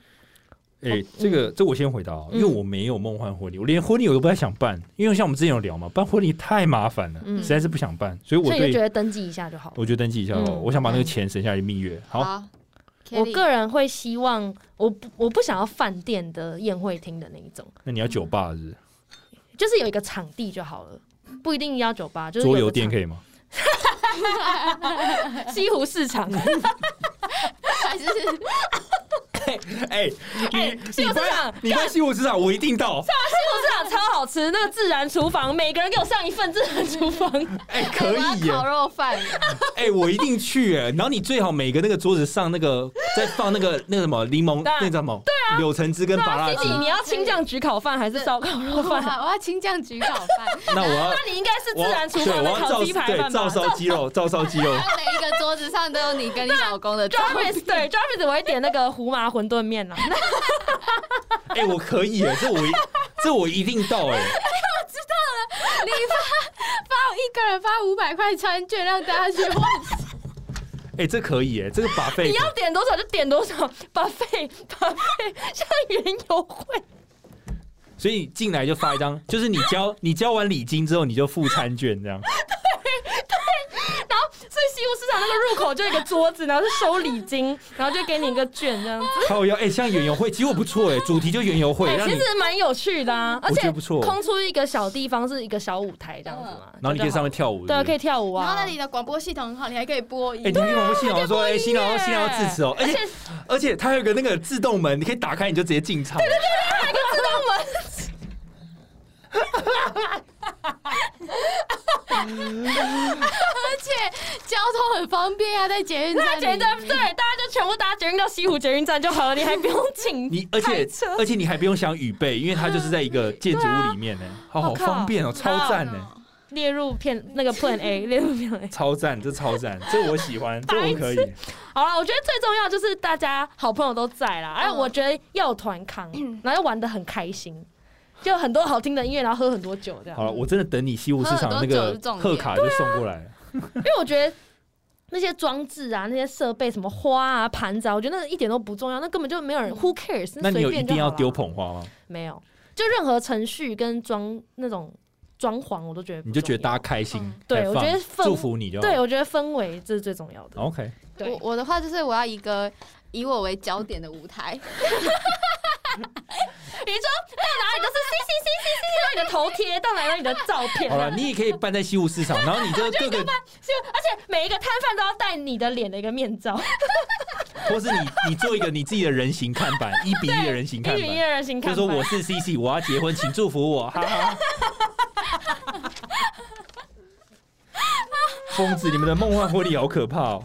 Speaker 3: 哎、这个这我先回答、哦，因为
Speaker 2: 嗯
Speaker 3: 我没有梦幻婚礼，我连婚礼我都不太想办，因为像我们之前有聊嘛，办婚礼太麻烦了，
Speaker 2: 嗯
Speaker 3: 实在是不想办，所以我
Speaker 2: 所以你就觉
Speaker 3: 对
Speaker 2: 得登记一下就好了。
Speaker 3: 我就登记一下哦，
Speaker 2: 嗯
Speaker 3: 我想把那个钱省下来蜜月。好，
Speaker 2: 我
Speaker 1: Kelly
Speaker 2: 个人会希望，我不我不想要饭店的宴会厅的那一种，
Speaker 3: 那你要酒吧是不
Speaker 2: 就是有一个场地就好了，不一定要酒吧，就是是有
Speaker 3: 桌
Speaker 2: 个
Speaker 3: 游店
Speaker 2: 场
Speaker 3: 可以吗？
Speaker 2: 西湖市场，
Speaker 1: 还是
Speaker 3: 哎、
Speaker 2: 哎西湖市场，
Speaker 3: 你关西湖市场，我一定
Speaker 2: 西
Speaker 3: 到。
Speaker 2: 湖市场超好吃，那个自然厨房，每个人给我上一份自然厨 房，
Speaker 3: 哎、
Speaker 1: 哎
Speaker 3: 可
Speaker 1: 我要
Speaker 3: 以耶！
Speaker 1: 烤肉饭，
Speaker 3: 哎、我一定去哎。然后你最好每个那个桌子上那个再放那个那个什么柠檬，
Speaker 2: 当然
Speaker 3: 那个叫什么？对啊，柳橙汁跟芭拉
Speaker 2: 自
Speaker 3: 汁
Speaker 2: 己。你要青酱焗烤饭还是烧烤肉
Speaker 1: 我
Speaker 2: 饭？
Speaker 1: 要我要青酱焗烤 饭，
Speaker 3: 那我要
Speaker 2: 那你应该是自
Speaker 3: 我要
Speaker 2: 然厨
Speaker 3: 对，
Speaker 2: 房
Speaker 3: 我
Speaker 2: 的
Speaker 3: 要照
Speaker 2: 烤鸡排
Speaker 3: 对
Speaker 2: 饭吧
Speaker 3: 照？烧鸡 肉，照烧鸡肉。
Speaker 1: 然后每一个桌子上都有你跟你老公的照
Speaker 2: Jarvis 对 Jarvis，我会点那个胡麻馄饨面啦。啊那
Speaker 3: 哎、我可以耶，这 我一这我一定到哎。
Speaker 1: 发一个人发五百块餐券让大家去换，
Speaker 3: 哎、这可以哎，这个把费
Speaker 2: 你要点多少就点多少，把费把费像园游会，
Speaker 3: 所以你进来就发一张，就是你 交你交完礼金之后，你就付餐券这样。
Speaker 2: 然后所以西湖市场那个入口就有一个桌子，然后是收礼金，然后就给你一个券这样子。
Speaker 3: 靠腰哎、像园游会，其实我不错哎，主题就园游会，
Speaker 2: 哎
Speaker 3: 让
Speaker 2: 其
Speaker 3: 你
Speaker 2: 实蛮有趣的啊，而
Speaker 3: 我觉
Speaker 2: 且
Speaker 3: 得不错嗯
Speaker 2: 空出一个小地方是一个小舞台这样子嘛，
Speaker 3: 然后你可以上面
Speaker 2: 面
Speaker 3: 跳舞。
Speaker 2: 对啊，
Speaker 3: 是不
Speaker 2: 可
Speaker 3: 是
Speaker 2: 以跳舞 啊。
Speaker 1: 然后那里的广播系统很好，你还可以播音
Speaker 3: 哎、。你听我们新郎说，哎、新郎
Speaker 2: 乐
Speaker 3: 新郎要致辞哦，而且而且它有个那个自动门，你可以打开，你就直接进场。对对对，
Speaker 1: 而且交通很方便啊，在捷运站
Speaker 2: 那捷运
Speaker 1: 里。
Speaker 2: 站对，大家就全部搭捷运到西湖捷运站就好了，你还 不用进
Speaker 3: 你而且
Speaker 2: 开车
Speaker 3: 而且你还不用想雨备，因为它就是在一个建筑物里面呢、好好
Speaker 2: 我靠
Speaker 3: 方便哦，超赞呢、
Speaker 2: 列入片那个 Plan A，列入 Plan A。
Speaker 3: 超赞，这超赞，这我喜欢，这我可以。
Speaker 2: 好了，我觉得最重要就是大家好朋友都在啦，哎，
Speaker 1: 嗯
Speaker 2: 我觉得要有团 康，然后要玩的很开心，就有很多好听的音乐，然后喝很多酒这样
Speaker 3: 好。了，我真的等你西湖市场那个贺卡就送过来了。
Speaker 2: 因为我觉得那些装置啊、那些设备、什么花啊、盘子啊，我觉得那一点都不重要，那根本就没有
Speaker 1: 嗯
Speaker 2: 人 who cares
Speaker 3: 那你有
Speaker 2: 随
Speaker 3: 一
Speaker 2: 便就好啦啊
Speaker 3: 定要丢捧花吗？
Speaker 2: 没有？就任何程序跟装那种装潢，我都觉得不
Speaker 3: 你就觉得大家
Speaker 2: 重
Speaker 3: 开心
Speaker 1: 嗯，
Speaker 2: 对
Speaker 3: 开放
Speaker 2: 我觉得氛
Speaker 3: 祝福你就
Speaker 2: 要
Speaker 3: 好
Speaker 2: 对，我觉得氛围这是最重要的。
Speaker 3: OK，
Speaker 2: 对
Speaker 1: 我我的话就是我要一个以我为焦点的舞台，
Speaker 2: 你说到哪里都是 C C C C C，然后你的头贴到哪里都有你的照片，
Speaker 3: 好了，你也可以办在西湖市场，然后你就各个，
Speaker 2: 就而且每一个摊贩都要戴你的脸的一个面罩，
Speaker 3: 或是你你做一个你自己的人形看板，一比一的人形
Speaker 2: 一
Speaker 3: 看
Speaker 2: 比一
Speaker 3: 板，
Speaker 2: 的人形
Speaker 3: 就
Speaker 2: 看
Speaker 3: 说
Speaker 2: 板。
Speaker 3: 我是 CC，我要结婚，请祝福我，哈哈。疯子，你们的梦幻婚礼好可怕 哦！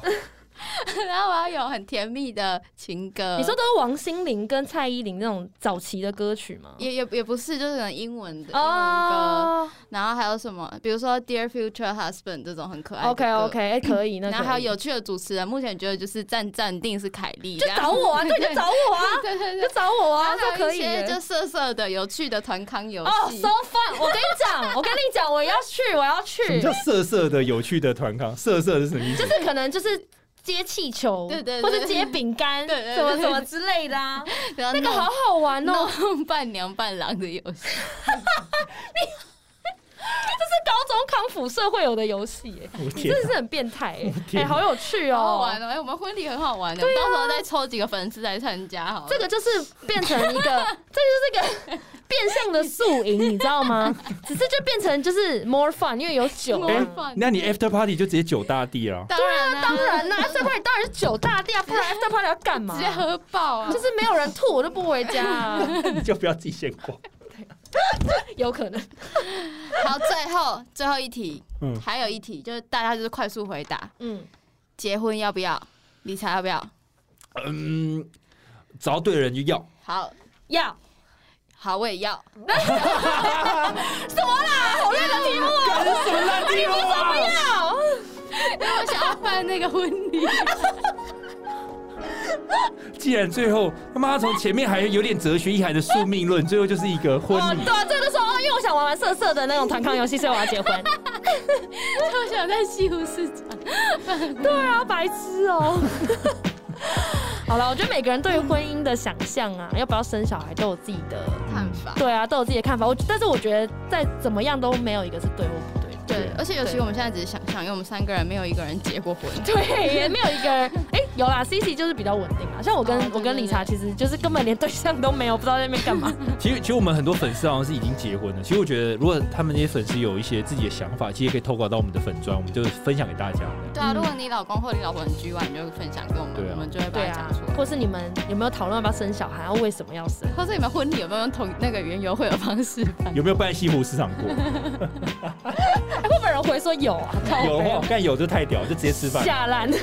Speaker 1: 然后我要有很甜蜜的情歌。
Speaker 2: 你说都是王心凌跟蔡依林那种早期的歌曲吗？
Speaker 1: 也也也不是，就是可能英文的英文歌，
Speaker 2: 哦
Speaker 1: 然后还有什么，比如说 Dear Future Husband 这种很可爱的
Speaker 2: OK
Speaker 1: 歌
Speaker 2: OK，哎，可以，那
Speaker 1: 然后
Speaker 2: 可以
Speaker 1: 还有有趣的主持人，目前觉得就是暂暂定是凯莉，
Speaker 2: 就 找我啊，对，就找我啊，
Speaker 1: 对对对，
Speaker 2: 就找我啊，
Speaker 1: 然
Speaker 2: 这
Speaker 1: 后
Speaker 2: 可
Speaker 1: 还有一
Speaker 2: 以
Speaker 1: 些
Speaker 2: 耶。
Speaker 1: 就色色的有趣的团康游
Speaker 2: 哦
Speaker 1: 戏
Speaker 2: ，so fun！我跟你讲，我跟你讲，我要去，我要去，
Speaker 3: 什么叫色色的有趣的团康？色色是什么意思
Speaker 2: 就？是可能就是接气球，
Speaker 1: 对对对
Speaker 2: 或者接饼干，
Speaker 1: 对对对
Speaker 2: 什么什么之类的 啊，
Speaker 1: 然后
Speaker 2: 那个
Speaker 1: 弄
Speaker 2: 好好玩哦。
Speaker 1: 弄伴娘伴郎的游戏，
Speaker 2: 这是高中康复社会有的游戏、耶
Speaker 3: 我
Speaker 2: 你
Speaker 3: 天啊
Speaker 2: 真的是很变态、耶哎、
Speaker 3: 天哪啊
Speaker 2: 好有趣
Speaker 1: 好好
Speaker 2: 哦、
Speaker 1: 玩哦！哎，我们婚礼很好玩的，我们到时候再抽几个粉丝来参加好了。
Speaker 2: 这个就是变成 一个，这就是一个变相的宿营，你知 道吗？只是就变成就是 more fun，因为有酒、
Speaker 1: 我
Speaker 2: 啊
Speaker 1: 们。放
Speaker 3: 那你 after party 就直接九大地 了。
Speaker 1: 当然啊，
Speaker 2: 当然啦，after party 当然是酒大地啊，不然 after party 要干 嘛
Speaker 1: 直？接喝爆啊！
Speaker 2: 就是没有人吐，我就不回家、 啊，
Speaker 3: 你就不要自己先逛。
Speaker 2: 有可能。
Speaker 1: 好，最后最后一题，
Speaker 3: 嗯
Speaker 1: 还有一题就是大家就是快速回答：
Speaker 2: 嗯，
Speaker 1: 结婚要不要？理财要不要？
Speaker 6: 嗯，找对人就要。
Speaker 1: 好
Speaker 2: 要
Speaker 1: 好，我也要。
Speaker 2: 啊要，
Speaker 1: 我想要办那个婚礼，
Speaker 6: 既然最后他妈从前面还有点哲学意涵的宿命论，最后就是一个婚
Speaker 2: 哦，
Speaker 6: 礼
Speaker 2: 对。啊，这个就说哦，因为我想玩玩色色的那种团康游戏，所以我要结 婚。
Speaker 1: 我想在西湖市场。
Speaker 2: 对啊，白痴哦、 好了，我觉得每个人对于婚姻的想象啊，要不要生小孩，都有自己的，
Speaker 1: 看法。
Speaker 2: 对啊，都有自己的看法。我但是我觉得再怎么样都没有一个是对或不对的。
Speaker 1: 对，而且尤其我们现在只是想象，因为我们三个人没有一个人结过婚。
Speaker 2: 对，也没有一个 人，哎、有啦，C C 就是比较稳定啊。像我跟、
Speaker 1: 哦对
Speaker 2: 我跟
Speaker 1: 对对
Speaker 2: 理查，其实就是根本连对象都没有，不知道在那边干嘛。
Speaker 6: 其实，其实我们很多粉丝好像是已经结婚了。其实我觉得，如果他们那些粉丝有一些自己的想法，其实也可以投稿到我们的粉砖，我们就分享给大家的。
Speaker 1: 对啊，如果你老公或你老婆很拘婉，你就分享给我们，
Speaker 6: 对啊
Speaker 1: 我们就会把
Speaker 2: 对
Speaker 1: 它
Speaker 2: 啊
Speaker 1: 讲出，来。
Speaker 2: 或是你们有没有讨论要不要生小孩，啊为什么要生？
Speaker 1: 或者你们婚礼有没有用同那个原油会的方式办？
Speaker 6: 有没有办西湖市场过？
Speaker 2: 哎会不会有人回说有啊？靠
Speaker 6: 有的
Speaker 2: 背
Speaker 6: 话，
Speaker 2: 哦
Speaker 6: 干有就太屌，就直接吃饭，
Speaker 2: 下烂。
Speaker 6: 直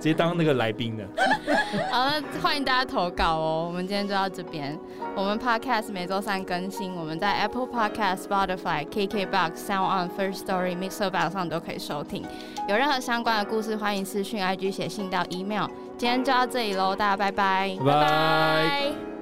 Speaker 6: 接当那个来宾的。
Speaker 1: 好，那欢迎大家投稿哦。我们今天就到这边。我们 Podcast 每周三更新，我们在 Apple Podcast、Spotify、KKBox、Sound On、First Story、Mixer Box 上都可以收听。有任何相关的故事，欢迎私讯 IG 写信到 email。今天就到这里喽，大家拜拜。
Speaker 6: 拜拜。
Speaker 2: 拜。